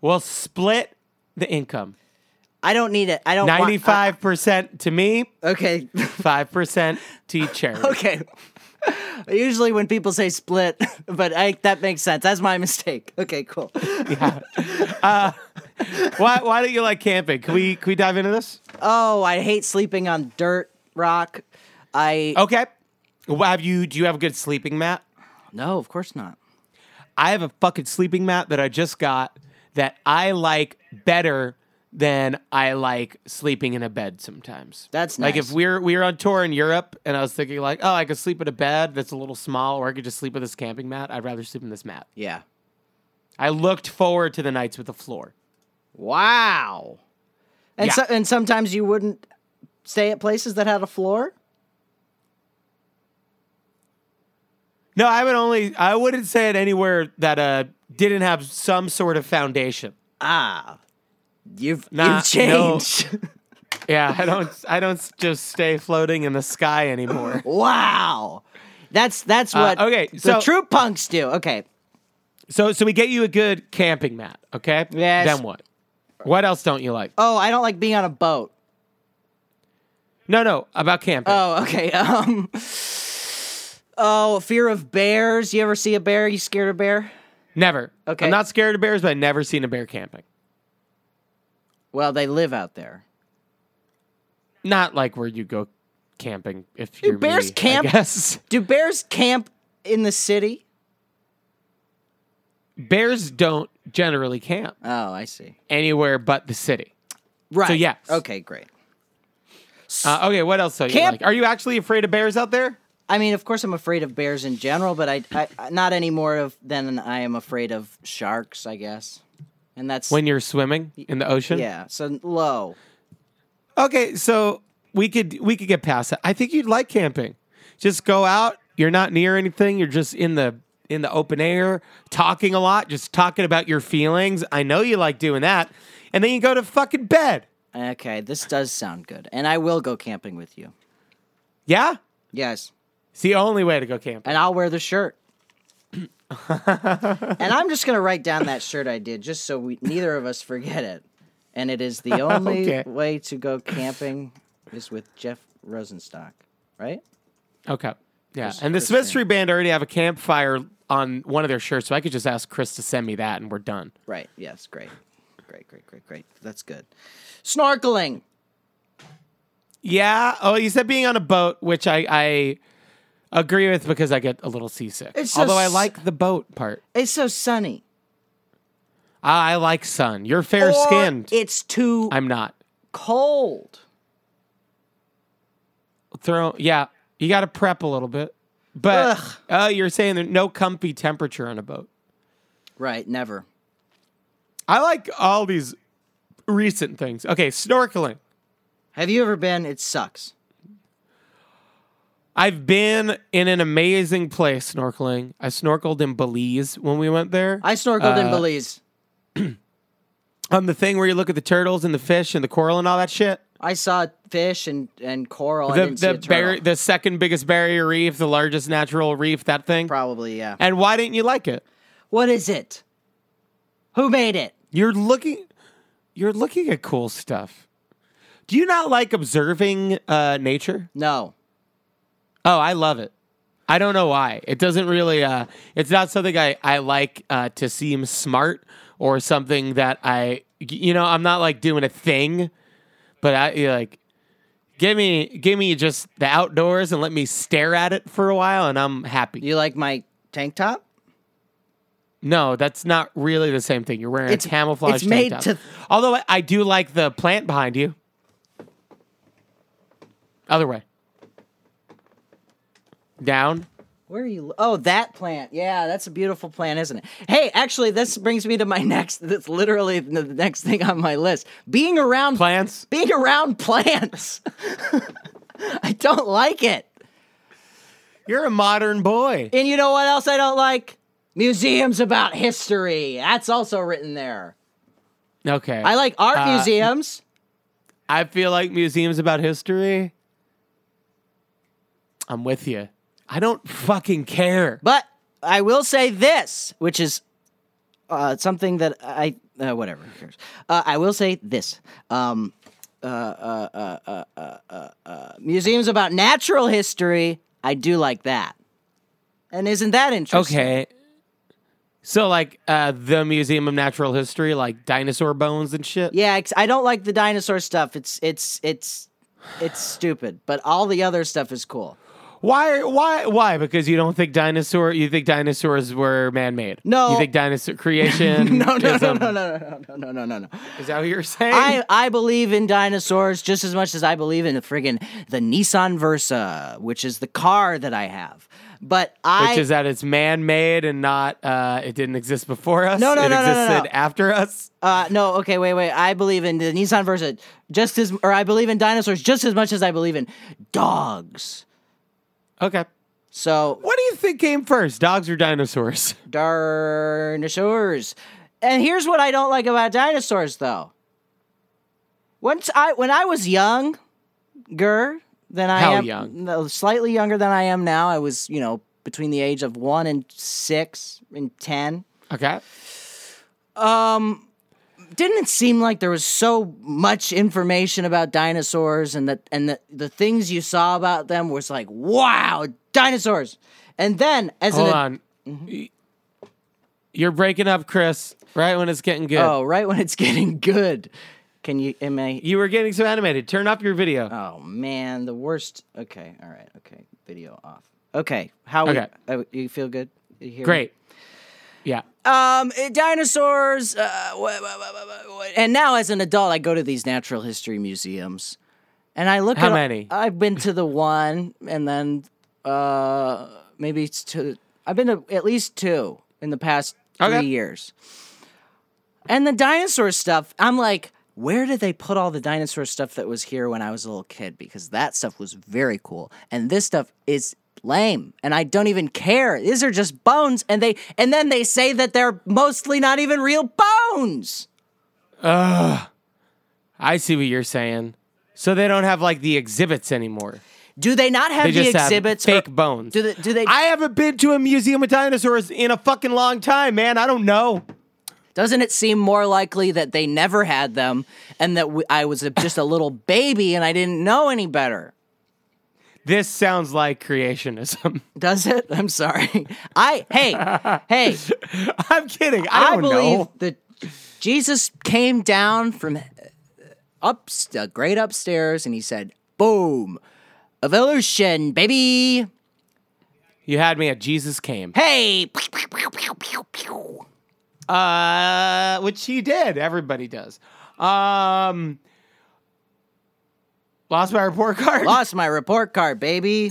S1: We'll split the income.
S2: I don't need it. I don't. want-
S1: Ninety five percent to me,
S2: I- okay.
S1: five percent to charity.
S2: okay. Usually when people say split, but I, that makes sense. That's my mistake. Okay, cool.
S1: Why, why don't you like camping? Can we can we dive into this?
S2: Oh, I hate sleeping on dirt rock. I
S1: Okay. Well, have you? Do you have a good sleeping mat?
S2: no, of course not.
S1: I have a fucking sleeping mat that I just got that I like better than I like sleeping in a bed sometimes.
S2: That's
S1: like if
S2: nice.
S1: we're we were on tour in Europe and I was thinking like, oh, I could sleep in a bed that's a little small, or I could just sleep with this camping mat. I'd rather sleep in this mat.
S2: Yeah.
S1: I looked forward to the nights with the floor.
S2: Wow. And
S1: Yeah.
S2: so, and sometimes you wouldn't stay at places that had a floor.
S1: No, I would only I wouldn't say it anywhere that uh didn't have some sort of foundation.
S2: Ah, you've
S1: Nah,
S2: you've changed.
S1: Yeah, I don't I don't just stay floating in the sky anymore.
S2: wow. That's that's
S1: Uh,
S2: what
S1: okay,
S2: the
S1: so-
S2: true punks do. Okay.
S1: So so we get you a good camping mat, okay?
S2: Yes.
S1: Then what? What else don't you like?
S2: Oh, I don't like being on a boat.
S1: No, no, about camping.
S2: Oh, okay. Um. Oh, fear of bears. You ever see a bear? You scared of bear?
S1: never.
S2: okay.
S1: I'm not scared of bears, but I've never seen a bear camping.
S2: Well, they live out there.
S1: Not like where you go camping if you're
S2: bears
S1: me, I
S2: camp?
S1: guess.
S2: Do bears camp in the city?
S1: Bears don't generally camp
S2: Oh, I see.
S1: anywhere but the city.
S2: Right.
S1: yes.
S2: Okay, great.
S1: Uh, okay, what else do you
S2: Camp-
S1: like? Are you actually afraid of bears out there?
S2: I mean, of course, I'm afraid of bears in general, but I, I I- not any more of than I am afraid of sharks, I guess. And that's
S1: When you're swimming in the ocean?
S2: yeah. So low.
S1: Okay, so we could we could get past that. I think you'd like camping. Just go out. You're not near anything. You're just in the in the open air, talking a lot, just talking about your feelings. I know you like doing that. And then you go to fucking bed.
S2: Okay, this does sound good, and I will go camping with you.
S1: Yeah?
S2: Yes,
S1: It's the only way to go camping.
S2: and I'll wear the shirt. and I'm just gonna write down that shirt I did, just so we neither of us forget it. And it is the only
S1: Okay.
S2: way to go camping is with Jeff Rosenstock, right?
S1: Okay. Yeah.
S2: Chris-
S1: and the
S2: Chris
S1: Smith
S2: Green.
S1: Street Band already have a campfire on one of their shirts, so I could just ask Chris to send me that and we're done.
S2: Right. Yes. Great. Great. Great. Great. Great. That's good. Snorkeling.
S1: Yeah. Oh, you said being on a boat, which I, I agree with because I get a little seasick.
S2: It's
S1: Although I
S2: just-
S1: like the boat part.
S2: It's so sunny.
S1: Ah, I like sun. You're fair
S2: Or
S1: skinned.
S2: It's too
S1: I'm not.
S2: cold.
S1: Throw yeah, you gotta prep a little bit. But
S2: Ugh.
S1: oh, you're saying there's no comfy temperature on a boat.
S2: Right. Never.
S1: I like all these recent things. Okay, snorkeling.
S2: Have you ever been? It sucks.
S1: I've been in an amazing place snorkeling. I snorkeled in Belize when we went there.
S2: I snorkeled in
S1: Uh,
S2: Belize.
S1: on the thing where you look at the turtles and the fish and the coral and all that shit.
S2: I saw fish and, and coral. I
S1: The
S2: didn't see a
S1: the bar-
S2: turtle.
S1: the second biggest barrier reef, the largest natural reef, that thing.
S2: Probably yeah.
S1: And why didn't you like it?
S2: What is it? Who made it?
S1: You're looking you're looking at cool stuff. Do you not like observing uh nature?
S2: No.
S1: Oh, I love it. I don't know why. It doesn't really uh it's not something I I like uh to seem smart or something that I you know, I'm not like doing a thing, but I you're like give me give me just the outdoors and let me stare at it for a while and I'm happy.
S2: You like my tank top?
S1: No, that's not really the same thing. You're wearing
S2: It's-
S1: a camouflage
S2: it's
S1: tank
S2: made
S1: top.
S2: to-
S1: Although I, I do like the plant behind you. Other way. Down.
S2: Where are you? Oh, that plant. Yeah, that's a beautiful plant, isn't it? Hey, actually, this brings me to my next. That's literally the next thing on my list. Being around
S1: Plants.
S2: Being around plants. I don't like it.
S1: You're a modern boy.
S2: And you know what else I don't like? Museums about history. That's also written there.
S1: Okay.
S2: I like art
S1: Uh,
S2: museums.
S1: I feel like museums about history. I'm with you. I don't fucking care.
S2: But I will say this, which is uh, something that I uh, whatever. Who cares? Uh, I will say this. Um, uh, uh, uh, uh, uh, uh, uh, museums about natural history. I do like that. And isn't that interesting?
S1: Okay. So like uh, the Museum of Natural History, like dinosaur bones and shit.
S2: Yeah, ex- I don't like the dinosaur stuff. It's it's it's it's stupid. But all the other stuff is cool.
S1: Why? Why? Why? Because you don't think dinosaur? You think dinosaurs were man-made?
S2: No.
S1: You think dinosaur creation?
S2: No, no, no,
S1: ism-
S2: no, no, no, no, no, no, no, no.
S1: Is that what you're saying?
S2: I, I believe in dinosaurs just as much as I believe in the friggin' the Nissan Versa, which is the car that I have. But I
S1: Which is that it's man-made and not uh, it didn't exist before us.
S2: No, no,
S1: it
S2: no, no, no,
S1: existed
S2: no.
S1: after us.
S2: Uh, no, okay, wait, wait. I believe in the Nissan Versa just as, or I believe in dinosaurs just as much as I believe in dogs.
S1: Okay.
S2: So,
S1: What do you think came first, dogs or dinosaurs?
S2: dinosaurs. And here's what I don't like about dinosaurs, though. Once I, when I was younger than I
S1: How
S2: am,
S1: young?
S2: no, slightly younger than I am now. I was, you know, between the age of one and six and ten.
S1: Okay.
S2: didn't it seem like there was so much information about dinosaurs and that and the, the things you saw about them was like wow dinosaurs and then as
S1: Hold
S2: an
S1: on.
S2: Mm-hmm.
S1: Y- You're breaking up, Chris. Right when it's getting good.
S2: oh right when it's getting good can you am I
S1: You were getting so animated. Turn up your video.
S2: oh man the worst okay all right okay video off okay how
S1: Okay.
S2: we, uh, you feel good You hear me?
S1: Great. Yeah.
S2: Um, eh, dinosaurs. Uh, wha- wha- wha- wha- wha- and now, as an adult, I go to these natural history museums, and I look.
S1: How
S2: at,
S1: many?
S2: I've been to the one, and then uh, maybe it's two. I've been to at least two in the past
S1: Okay.
S2: three years. And the dinosaur stuff, I'm like, where did they put all the dinosaur stuff that was here when I was a little kid? Because that stuff was very cool, and this stuff is lame, and I don't even care. These are just bones, and they and then they say that they're mostly not even real bones.
S1: I see what you're saying. So they don't have like the exhibits anymore.
S2: Do they not have
S1: They
S2: the
S1: just
S2: exhibits?
S1: have
S2: or-
S1: fake bones.
S2: Do they? Do they?
S1: I haven't been to a museum of dinosaurs in a fucking long time, man. I don't know.
S2: Doesn't it seem more likely that they never had them and that w- I was a, just a little baby and I didn't know any better?
S1: This sounds like creationism.
S2: Does it? I'm sorry. I hey hey.
S1: I'm kidding. I
S2: I,
S1: don't
S2: believe
S1: know.
S2: that Jesus came down from uh, up the great upstairs and he said, "Boom, evolution, baby.
S1: You had me at Jesus came.
S2: Hey."
S1: Uh, which he did. Everybody does. Um, lost my report card.
S2: Lost my report card, baby.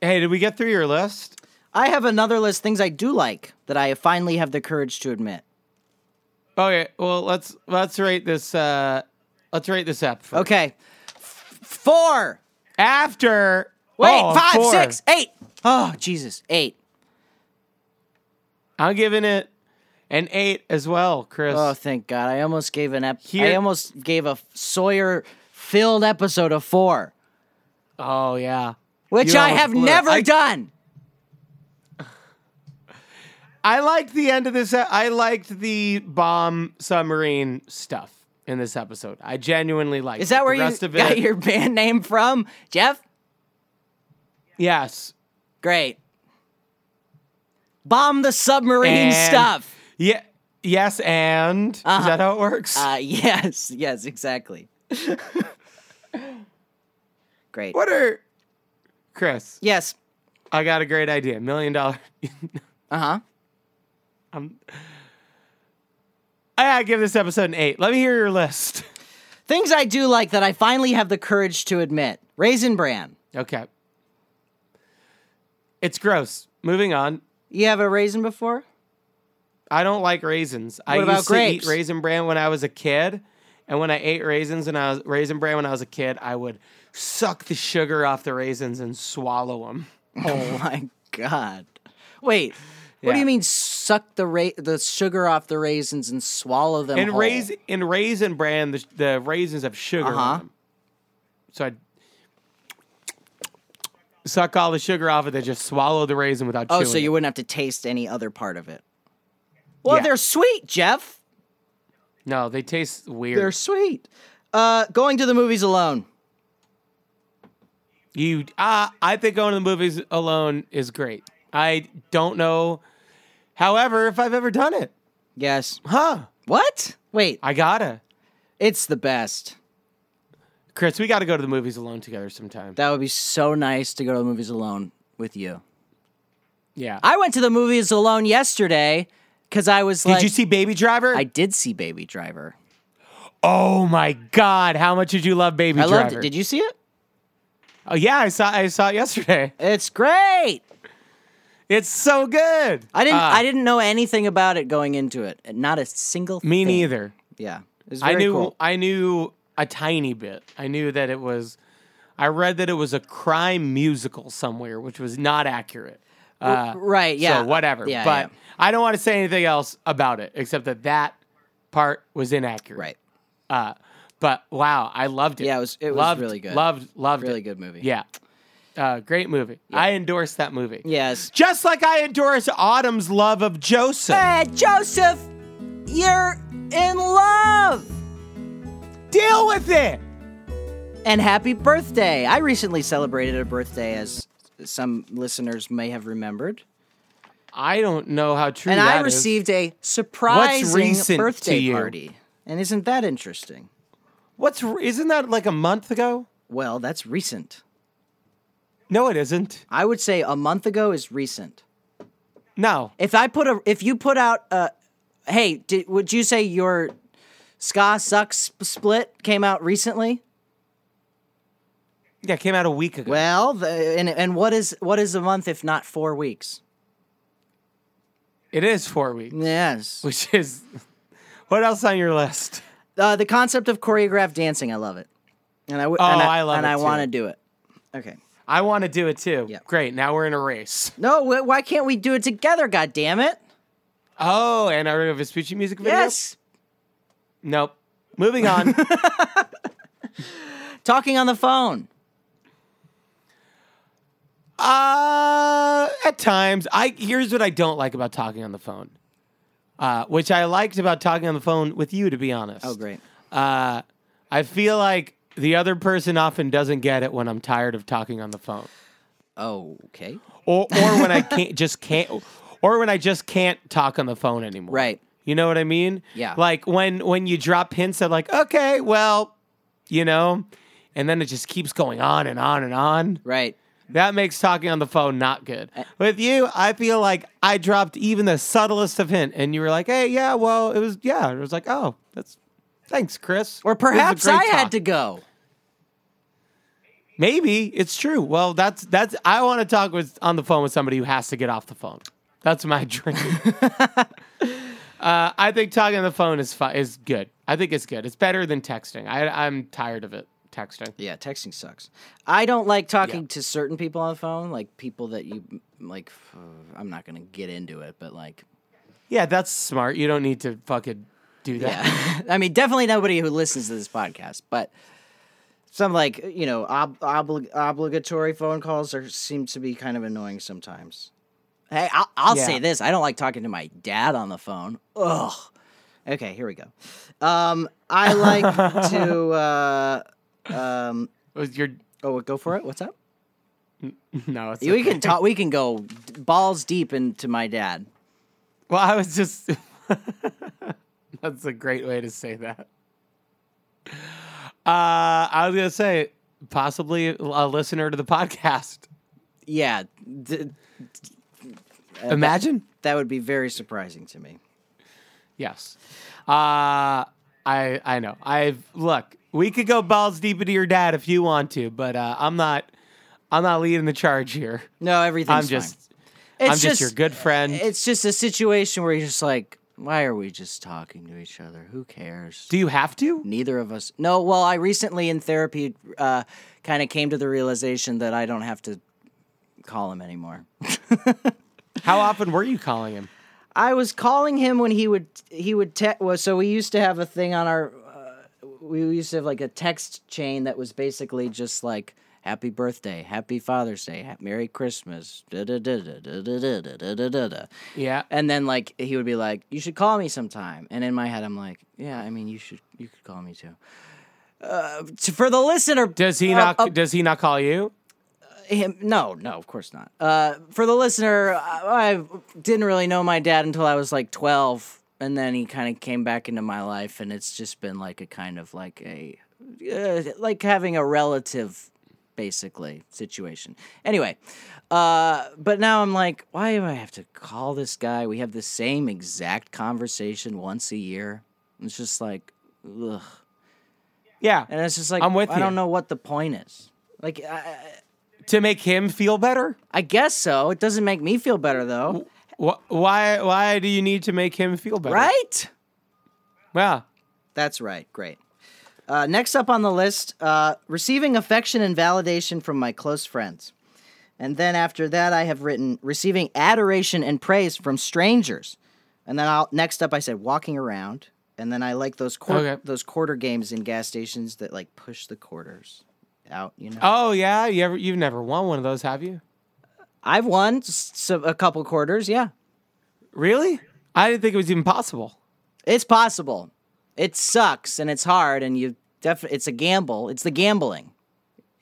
S1: hey, did we get through your list?
S2: I have another list things I do like that I finally have the courage to admit.
S1: Okay. Well, let's let's rate this. Uh, let's rate this up. first.
S2: Okay. F- four.
S1: After
S2: Wait,
S1: oh,
S2: five,
S1: four.
S2: six, eight. Oh, Jesus. Eight.
S1: I'm giving it an eight as well, Chris.
S2: Oh, thank God. I almost gave an ep- I
S1: Here-
S2: almost gave a Sawyer filled episode of four,
S1: oh yeah.
S2: which
S1: You
S2: I
S1: almost
S2: have
S1: blew it.
S2: never
S1: I-
S2: done.
S1: I liked the end of this. e- I liked the bomb submarine stuff in this episode. I genuinely liked.
S2: Is that
S1: it.
S2: where
S1: the
S2: you
S1: rest of
S2: got
S1: it-
S2: your band name from? Jeff?
S1: Yes.
S2: Great. Bomb the submarine
S1: And-
S2: stuff.
S1: Yeah. Yes, and is that how it works?
S2: Uh, yes, yes, exactly. Great.
S1: what are Chris?
S2: Yes.
S1: I got a great idea. Million dollar.
S2: Uh
S1: Uh-huh.
S2: huh.
S1: I'm. I gotta give this episode an eight. Let me hear your list.
S2: Things I do like that I finally have the courage to admit. Raisin bran.
S1: Okay. It's gross. Moving on.
S2: You have a raisin before?
S1: I don't like raisins. I
S2: What about
S1: used
S2: grapes?
S1: to eat raisin bran when I was a kid, and when I ate raisins and I was raisin bran when I was a kid, I would suck the sugar off the raisins and swallow them.
S2: Oh my god. Wait. What do
S1: Yeah.
S2: you mean suck the ra- the sugar off the raisins and swallow them
S1: In
S2: whole?
S1: raisin in raisin bran, the, the raisins have sugar
S2: Uh-huh.
S1: on them, so I would suck all the sugar off it. Then just swallow the raisin without.
S2: Oh,
S1: chewing
S2: so you
S1: it.
S2: wouldn't have to taste any other part of it. Well,
S1: Yeah.
S2: they're sweet, Jeff.
S1: no, they taste weird.
S2: They're sweet. Uh going to the movies alone.
S1: You, uh, I think going to the movies alone is great. I don't know. However, if I've ever done it,
S2: Yes.
S1: huh?
S2: What? Wait,
S1: I gotta.
S2: it's the best.
S1: Chris, we gotta go to the movies alone together sometime.
S2: That would be so nice to go to the movies alone with you.
S1: yeah.
S2: I went to the movies alone yesterday because I was
S1: did
S2: like,
S1: you see Baby Driver?
S2: I did see Baby Driver.
S1: oh my God! How much did you love Baby
S2: I
S1: Driver?
S2: loved it. Did you see it?
S1: Oh yeah, I saw. I saw it yesterday.
S2: It's great.
S1: It's so good.
S2: I didn't.
S1: Uh,
S2: I didn't know anything about it going into it. Not a single.
S1: Me
S2: thing.
S1: neither.
S2: Yeah, it was
S1: I
S2: very
S1: knew
S2: cool.
S1: I knew a tiny bit. I knew that it was I read that it was a crime musical somewhere, which was not accurate. Uh,
S2: right, yeah.
S1: So whatever.
S2: Yeah,
S1: but
S2: yeah.
S1: I don't want to say anything else about it except that that part was inaccurate.
S2: Right.
S1: Uh, but wow, I loved it.
S2: Yeah, it was- it was
S1: loved,
S2: really good.
S1: Loved loved
S2: Really
S1: it.
S2: good movie.
S1: Yeah. Uh, great movie. I endorse that movie.
S2: Yes.
S1: Just like I endorse Autumn's love of Joseph.
S2: Hey, Joseph, you're in love.
S1: Deal with it.
S2: And happy birthday! I recently celebrated a birthday, as some listeners may have remembered,
S1: I don't know how true
S2: and
S1: that
S2: I
S1: is.
S2: receiving a surprising
S1: recent to
S2: birthday
S1: you?
S2: party. And isn't that interesting?
S1: What's isn't that like a month ago?
S2: Well, that's recent.
S1: No, it isn't.
S2: I would say a month ago is recent.
S1: No,
S2: If I put a, if you put out a, hey, did, would you say your ska sucks sp- split came out recently?
S1: yeah, it came out a week ago.
S2: Well, the, and and what is what is a month if not four weeks?
S1: it is four weeks,
S2: Yes.
S1: which is what else on your list?
S2: Uh, the concept of choreographed dancing, I love it, and I w-
S1: Oh,
S2: and I,
S1: I love
S2: and
S1: it
S2: I
S1: too.
S2: want to do it. Okay.
S1: I want to do it too.
S2: Yeah.
S1: Great. Now we're in a race.
S2: No, wh- why can't we do it together? God damn it!
S1: Oh, and I of Vespucci music video.
S2: Yes.
S1: Nope. Moving on.
S2: Talking on the phone.
S1: uh, at times, I here's what I don't like about talking on the phone, uh, which I liked about talking on the phone with you, to be honest.
S2: Oh, great.
S1: I feel like the other person often doesn't get it when I'm tired of talking on the phone.
S2: Oh, okay.
S1: or or when I can't just can't or when I just can't talk on the phone anymore.
S2: Right.
S1: You know what I mean?
S2: Yeah.
S1: Like when when you drop hints of like, okay, well, you know, and then it just keeps going on and on and on.
S2: Right.
S1: That makes talking on the phone not good. With you, I feel like I dropped even the subtlest of hint, and you were like, "Hey, yeah, well, it was yeah." It was like, "Oh, that's thanks, Chris."
S2: Or
S1: This was a
S2: perhaps
S1: great
S2: I had
S1: talk."
S2: to go.
S1: Maybe it's true. Well, that's that's. I want to talk with on the phone with somebody who has to get off the phone. That's my dream. uh, I think talking on the phone is fu- is good. I think it's good. It's better than texting. I, I'm tired of it. Texting.
S2: Yeah, texting sucks. I don't like talking to certain people on the phone, like people that you like. f- I'm not gonna get into it, but like,
S1: Yeah, that's smart. You don't need to fucking do that.
S2: yeah. I mean, definitely nobody who listens to this podcast, but some like you know ob- obli- obligatory phone calls are seem to be kind of annoying sometimes. Hey, I'll, I'll
S1: Yeah.
S2: say this: I don't like talking to my dad on the phone. Ugh. Okay, here we go. Um, I like to. Uh, um,
S1: Was your
S2: oh, go for it. What's up?
S1: no? It's
S2: We
S1: okay.
S2: can talk. We can go d- balls deep into my dad.
S1: Well, I was just. That's a great way to say that. Uh, I was gonna say possibly a listener to the podcast.
S2: Yeah, th-
S1: Imagine.
S2: that would be very surprising to me.
S1: Yes. Uh I I know. I've look, we could go balls deep into your dad if you want to, but uh, I'm not I'm not leading the charge here.
S2: No,
S1: I'm
S2: everything's
S1: just
S2: fine. It's
S1: I'm just, your good friend.
S2: It's just a situation where you're just like, why are we just talking to each other? Who cares?
S1: Do you have to?
S2: Neither of us. No. Well, I recently in therapy uh, kind of came to the realization that I don't have to call him anymore.
S1: How often were you calling him?
S2: I was calling him when he would he would te- well, so we used to have a thing on our uh, we used to have like a text chain that was basically just like happy birthday, happy father's day, ha- merry christmas. Da, da, da, da, da, da, da, da, da, da, da, da.
S1: Yeah.
S2: And then like he would be like you should call me sometime. And in my head I'm like, yeah, I mean you should you could call me too. Uh, t- for the listener,
S1: Does he
S2: uh,
S1: not
S2: uh,
S1: does he not call you?
S2: him. No, no, of course not. Uh, for the listener, I, I didn't really know my dad until I was like twelve, and then he kind of came back into my life, and it's just been like a kind of like a uh, like having a relative, basically situation. Anyway, uh, but now I'm like, why do I have to call this guy? We have the same exact conversation once a year. It's just like, ugh.
S1: Yeah.
S2: And it's just like
S1: I'm with
S2: I
S1: you.
S2: don't know what the point is. Like I,
S1: to make him feel better?
S2: I guess so. It doesn't make me feel better though,
S1: Wh- why why do you need to make him feel better?
S2: right?
S1: Yeah.
S2: That's right. Great. Uh, next up on the list, uh, receiving affection and validation from my close friends. And then after that, I have written receiving adoration and praise from strangers. And then I'll, next up, I said walking around. And then I like those quar-
S1: Okay.
S2: those quarter games in gas stations that like push the quarters out. You know,
S1: Oh yeah, you ever you've never won one of those, have you?
S2: I've won s- so- a couple quarters. Yeah,
S1: Really? I didn't think it was even possible.
S2: It's possible. It sucks and it's hard and you def it's a gamble. It's the gambling.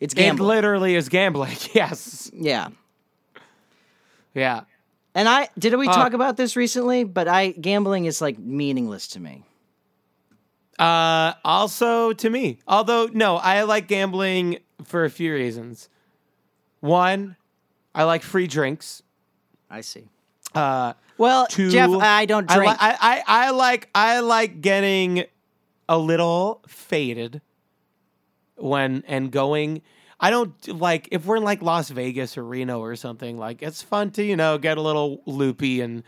S2: It's
S1: It
S2: gambling.
S1: literally is gambling. Yes.
S2: yeah.
S1: Yeah.
S2: And I did
S1: Uh.
S2: we talk about this recently, but I gambling is like meaningless to me.
S1: Uh, also to me. Although no, I like gambling for a few reasons. One, I like free drinks.
S2: I see.
S1: Uh,
S2: Well,
S1: two,
S2: Jeff, I don't
S1: I,
S2: drink.
S1: li- I, I I like I like getting a little faded when and going. I don't like if we're in like Las Vegas or Reno or something. Like it's fun to you know get a little loopy and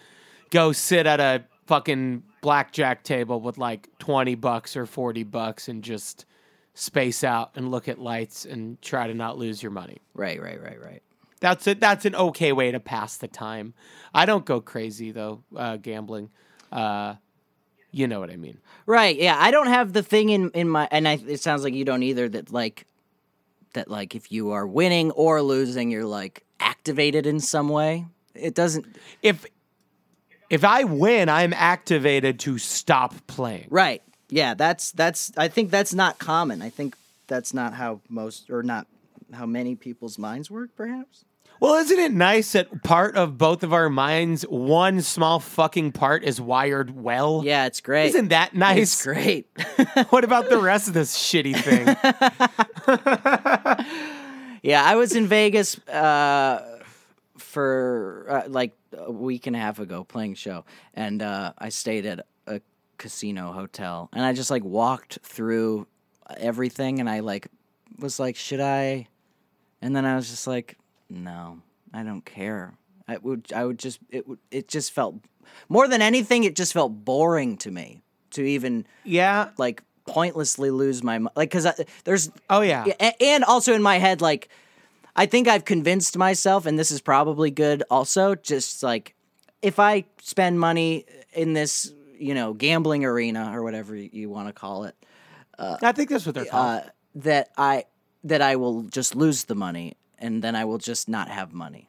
S1: go sit at a fucking blackjack table with like twenty bucks or forty bucks and just space out and look at lights and try to not lose your money.
S2: right, right, right, right.
S1: That's it. That's an okay way to pass the time. I don't go crazy though uh, gambling. Uh, you know what I mean.
S2: Right. Yeah, I don't have the thing in in my and I, it sounds like you don't either that like that like if you are winning or losing you're like activated in some way. It doesn't
S1: If if I win, I'm activated to stop playing.
S2: Right. Yeah, that's that's I think that's not common. I think that's not how most or not how many people's minds work perhaps.
S1: Well, isn't it nice that part of both of our minds, one small fucking part, is wired well?
S2: Yeah, it's great.
S1: Isn't that
S2: it's
S1: nice?
S2: great.
S1: What about the rest of this shitty thing?
S2: yeah, I was in Vegas uh for uh, like a week and a half ago playing a show and uh I stayed at a casino hotel and I just like walked through everything and I like was like should I And then I was just like, no, I don't care. I would, I would just, it would, it just felt more than anything, it just felt boring to me to even
S1: yeah.
S2: like pointlessly lose my mo- like because there's
S1: Oh yeah.
S2: yeah, a- and also in my head like i think i've convinced myself and this is probably good also just like if i spend money in this you know gambling arena or whatever you want to call it
S1: I think that's what they're called.
S2: uh, that I that I will just lose the money and then I will just not have money.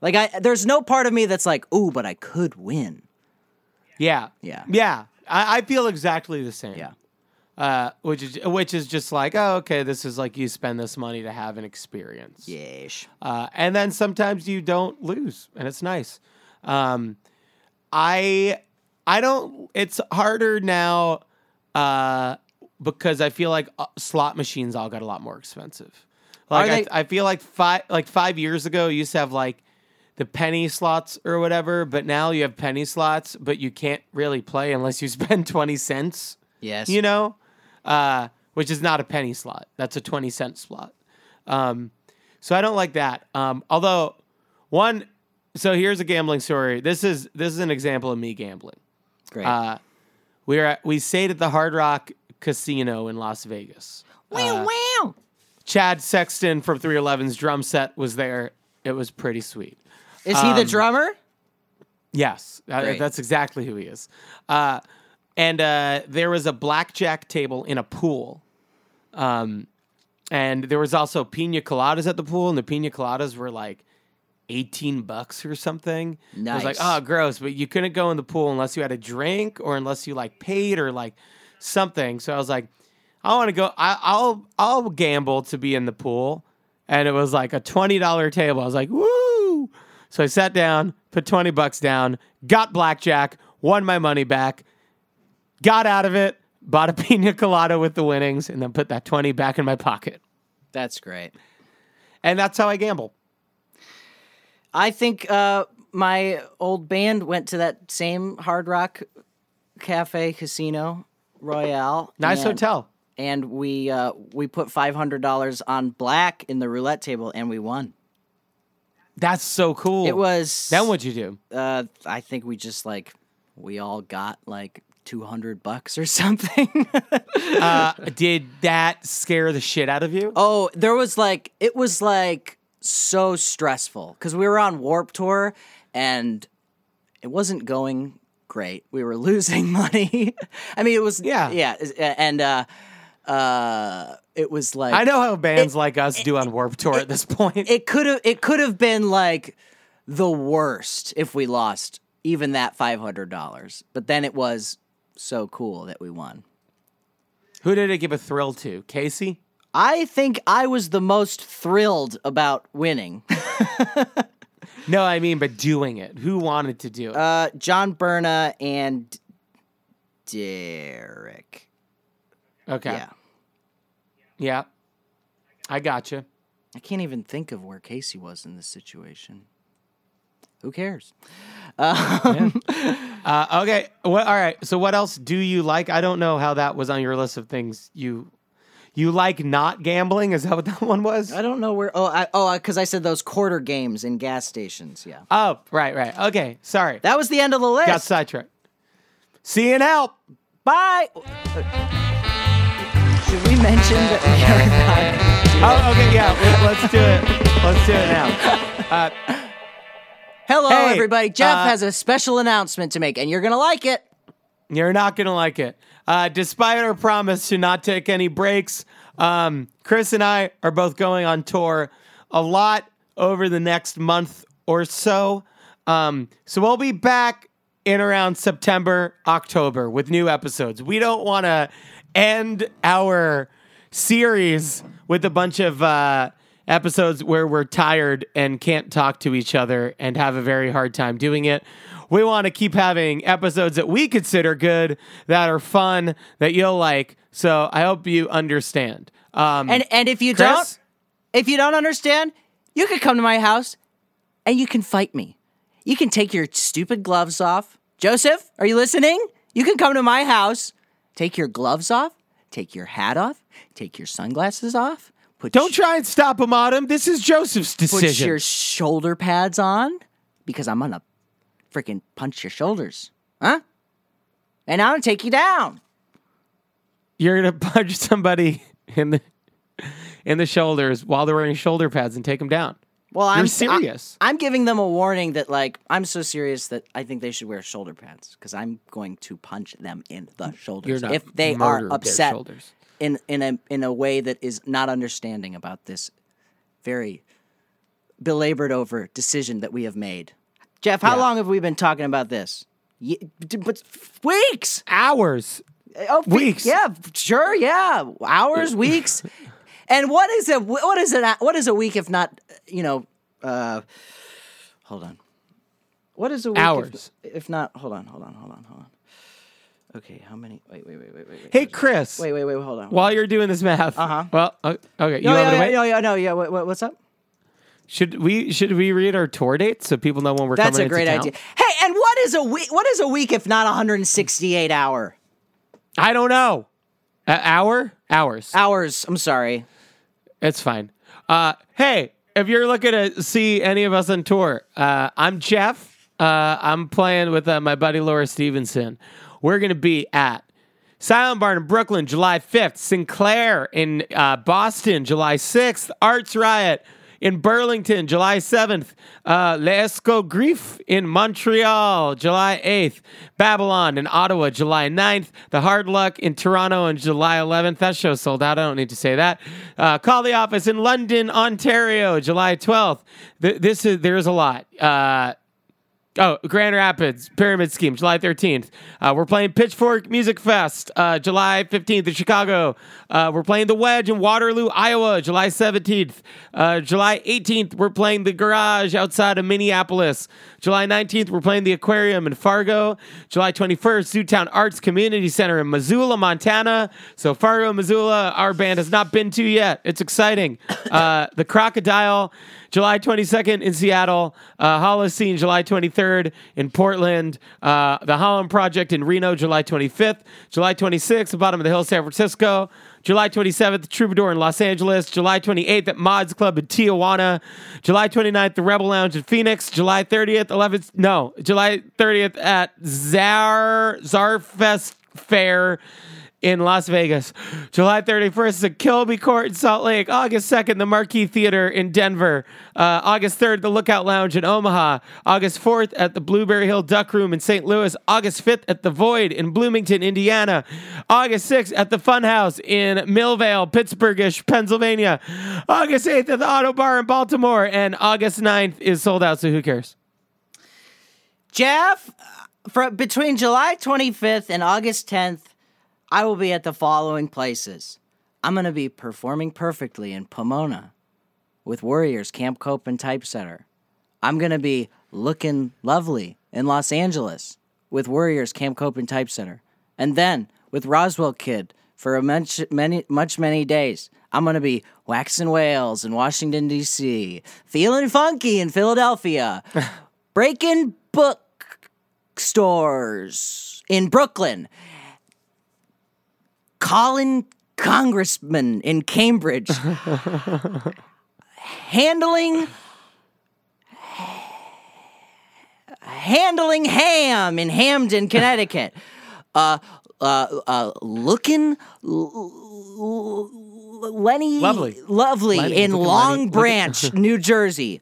S2: Like I there's no part of me that's like, "Ooh, but I could win."
S1: yeah.
S2: yeah.
S1: Yeah. I, I feel exactly the same.
S2: Yeah.
S1: uh, which is which is just like, oh, okay, this is like you spend this money to have an experience.
S2: Yes.
S1: Uh, and then sometimes you don't lose, and it's nice. Um, I I don't. It's harder now uh, because I feel like uh, slot machines all got a lot more expensive. Like
S2: Are
S1: I-
S2: they-
S1: I, feel like five like five years ago, you used to have like the penny slots or whatever, but now you have penny slots, but you can't really play unless you spend twenty cents
S2: Yes.
S1: you know, uh, which is not a penny slot. That's a 20 cent slot. Um, so I don't like that. Um, although one, so here's a gambling story. This is, this is an example of me gambling.
S2: Great.
S1: Uh, we were at, we stayed at the Hard Rock Casino in Las Vegas.
S2: wow, wow.
S1: Chad Sexton from 311's drum set was there. It was pretty sweet.
S2: Is he the drummer?
S1: Yes, that-
S2: Great.
S1: that's exactly who he is. Uh, and uh, there was a blackjack table in a pool. Um, and there was also pina coladas at the pool, and the pina coladas were like 18 bucks or something. I was like,
S2: Nice.
S1: oh, gross. But you couldn't go in the pool unless you had a drink or unless you like paid or like something. So I was like, I want to go. I, I'll I'll gamble to be in the pool, and it was like a $20 table. I was like, woo! So I sat down, put 20 bucks down, got blackjack, won my money back, got out of it, bought a pina colada with the winnings, and then put that 20 back in my pocket.
S2: That's great.
S1: And that's how I gamble.
S2: I think uh, my old band went to that same Hard Rock Cafe Casino Royale.
S1: Nice
S2: and-
S1: hotel.
S2: And we uh, we put five hundred dollars on black in the roulette table, and we won.
S1: That's so cool.
S2: It was
S1: Then what'd you do?
S2: Uh, I think we just like we all got like two hundred bucks or something.
S1: Uh, did that scare the shit out of you?
S2: Oh, there was like it was like so stressful because we were on Warp Tour and it wasn't going great. We were losing money. I mean, it was
S1: Yeah.
S2: yeah, is- a- and uh, uh, it was like
S1: I know how bands like us do on Warp Tour at this point.
S2: it could have it could have been like the worst if we lost even that five hundred dollars. But then it was so cool that we won.
S1: Who did it give a thrill to? Casey?
S2: I think I was the most thrilled about winning.
S1: No, I mean, but doing it. Who wanted to do it?
S2: Uh, John Berna and Derek.
S1: okay.
S2: Yeah.
S1: Yeah. I gotcha.
S2: I can't even think of where Casey was in this situation. Who cares? Uh,
S1: Uh, okay. What, all right. So, what else do you like? I don't know how that was on your list of things you you like not gambling. Is that what that one was?
S2: I don't know where. Oh, I, oh, because I said those quarter games in gas stations. Yeah,
S1: Oh, right, right. Okay. Sorry.
S2: that was the end of the list.
S1: Got sidetracked. See you in help.
S2: Bye. Should we mention that we are not?
S1: Oh, okay. Yeah. let- Let's do it. Let's do it now.
S2: Hello,
S1: Hey,
S2: everybody. Jeff
S1: uh,
S2: has a special announcement to make, and you're gonna like it.
S1: You're not going to like it. Uh, despite our promise to not take any breaks, um, Chris and I are both going on tour a lot over the next month or so. Um, so we'll be back in around September, October with new episodes. We don't want to end our series with a bunch of uh, episodes where we're tired and can't talk to each other and have a very hard time doing it. We want to keep having episodes that we consider good, that are fun, that you'll like. So I hope you understand. Um,
S2: And and if you
S1: Chris,
S2: don't, If you don't understand, you can come to my house and you can fight me. You can take your stupid gloves off. Joseph, are you listening? You can come to my house, take your gloves off, take your hat off, take your sunglasses off, put
S1: don't
S2: sh-
S1: try and stop him, Autumn. This is Joseph's
S2: put
S1: decision.
S2: your shoulder pads on because I'm gonna freaking punch your shoulders. Huh? And I'm gonna take you down.
S1: you're gonna punch somebody in the in the shoulders while they're wearing shoulder pads and take them down.
S2: Well, I'm
S1: You're
S2: s- I-
S1: serious.
S2: I'm giving them a warning that like I'm so serious that I think they should wear shoulder pads because I'm going to punch them in the shoulders
S1: You're not
S2: if they
S1: murder
S2: are
S1: their
S2: upset
S1: shoulders.
S2: in in a in a way that is not understanding about this very belabored over decision that we have made. Jeff, how long have we been talking about this? Ye- d- but weeks.
S1: Hours.
S2: Oh, fe-
S1: Weeks. Uh,
S2: Yeah, sure. Yeah, hours, weeks. And what is a what is a what is a week if not you know? Uh, hold on. What is a week if-
S1: Hours.
S2: If, not? Hold on. Hold on. Hold on. Hold on. Okay, how many? Wait, wait, wait, wait, wait. wait.
S1: Hey, Chris.
S2: Wait, wait, wait. Hold on.
S1: While you're doing this math,
S2: Uh-huh.
S1: Well, o- okay. You
S2: No,
S1: want
S2: yeah,
S1: me to
S2: yeah,
S1: wait?
S2: no, yeah, no, yeah. What, what, what's up?
S1: Should we should we read our tour dates so people know when we're
S2: That's
S1: coming?
S2: a great
S1: into
S2: idea.
S1: Town?
S2: Hey, and what is a week? What is a week if not 168 hour
S1: I don't know. A hour? Hours.
S2: hours? I'm sorry.
S1: It's fine. Uh, hey, if you're looking to see any of us on tour, uh, I'm Jeff. Uh, I'm playing with uh, my buddy Laura Stevenson. We're going to be at Silent Barn in Brooklyn, July 5th, Sinclair in uh, Boston, July 6th, Arts Riot in Burlington, July 7th, uh, Les Grief in Montreal, July 8th, Babylon in Ottawa, July 9th, The Hard Luck in Toronto on July 11th. That show sold out. I don't need to say that. Uh, call the office in London, Ontario, July 12th. Th- this is, there's a lot. Uh, Oh, Grand Rapids Pyramid Scheme, July 13th. Uh, we're playing Pitchfork Music Fest, uh, July 15th in Chicago. Uh, we're playing The Wedge in Waterloo, Iowa, July 17th. Uh, July 18th, we're playing The Garage outside of Minneapolis. July 19th, we're playing The Aquarium in Fargo. July 21st, Zootown Arts Community Center in Missoula, Montana. So, Fargo, Missoula, our band has not been to yet. It's exciting. Uh, the Crocodile. July 22nd in Seattle, uh, Holocene July 23rd in Portland, uh, the Holland Project in Reno July 25th, July 26th, the Bottom of the Hill, San Francisco, July 27th, Troubadour in Los Angeles, July 28th at Mods Club in Tijuana, July 29th, the Rebel Lounge in Phoenix, July 30th, 11th, no, July 30th at Zar, Zarfest Fair in Las Vegas. July 31st is at Kilby Court in Salt Lake. August 2nd, the Marquee Theater in Denver. Uh, August 3rd, the Lookout Lounge in Omaha. August 4th at the Blueberry Hill Duck Room in St. Louis. August 5th at the Void in Bloomington, Indiana. August 6th at the Funhouse in Millvale, Pittsburghish, Pennsylvania. August 8th at the Auto Bar in Baltimore. And August 9th is sold out, so who cares?
S2: Jeff, from between July 25th and August 10th, I will be at the following places. I'm going to be performing perfectly in Pomona with Warriors Camp Cope and Typesetter. I'm going to be looking lovely in Los Angeles with Warriors Camp Cope and Typesetter. And then with Roswell Kid for a much many, much, many days. I'm going to be waxing whales in Washington, D.C., feeling funky in Philadelphia, breaking bookstores in Brooklyn, calling congressmen in Cambridge, handling handling ham in Hamden, Connecticut, uh, uh, uh, looking l- l- Lenny
S1: Lovely.
S2: lovely
S1: Lenny,
S2: in
S1: look at
S2: Long
S1: Lenny.
S2: Branch, New Jersey,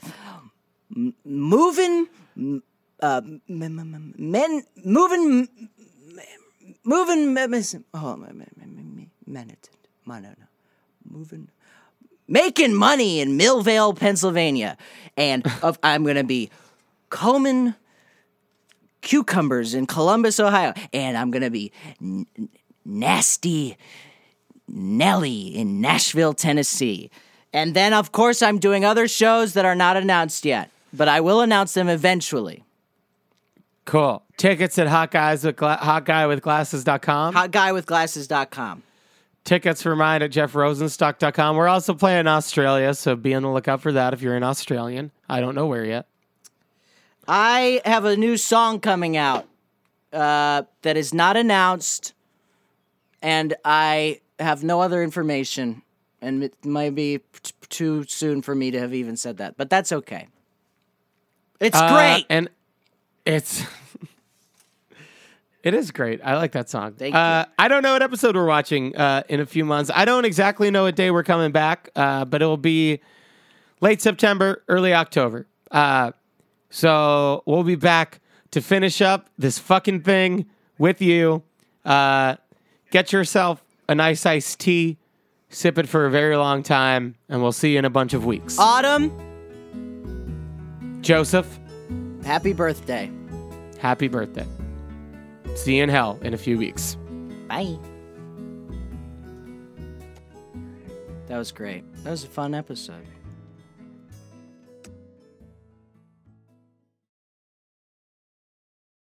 S2: M- moving. m- Uh, m- m- m- men moving moving me- me- oh me- me- me- me- me- minute no no no moving making money in Millvale, Pennsylvania, and of, I'm gonna be combing cucumbers in Columbus, Ohio, and I'm gonna be n- n- nasty Nelly in Nashville, Tennessee, and then of course I'm doing other shows that are not announced yet, but I will announce them eventually.
S1: Cool. Tickets at hotguys with gla- hotguywithglasses.com.
S2: Hotguywithglasses.com.
S1: Tickets for mine at jeffrosenstock.com. We're also playing Australia, so be on the lookout for that if you're an Australian. I don't know where yet.
S2: I have a new song coming out uh, that is not announced, and I have no other information, and it might be t- too soon for me to have even said that, but that's okay. It's
S1: Uh,
S2: great.
S1: And it's it is great. I like that song.
S2: Thank
S1: uh, I don't know what episode we're watching uh, in a few months. I don't exactly know what day we're coming back, uh, but it will be late September, early October. Uh, so we'll be back to finish up this fucking thing with you. Uh, get yourself a nice iced tea, sip it for a very long time, and we'll see you in a bunch of weeks.
S2: Autumn,
S1: Joseph.
S2: happy birthday.
S1: happy birthday. See you in hell in a few weeks.
S2: Bye. That was great. That was a fun episode.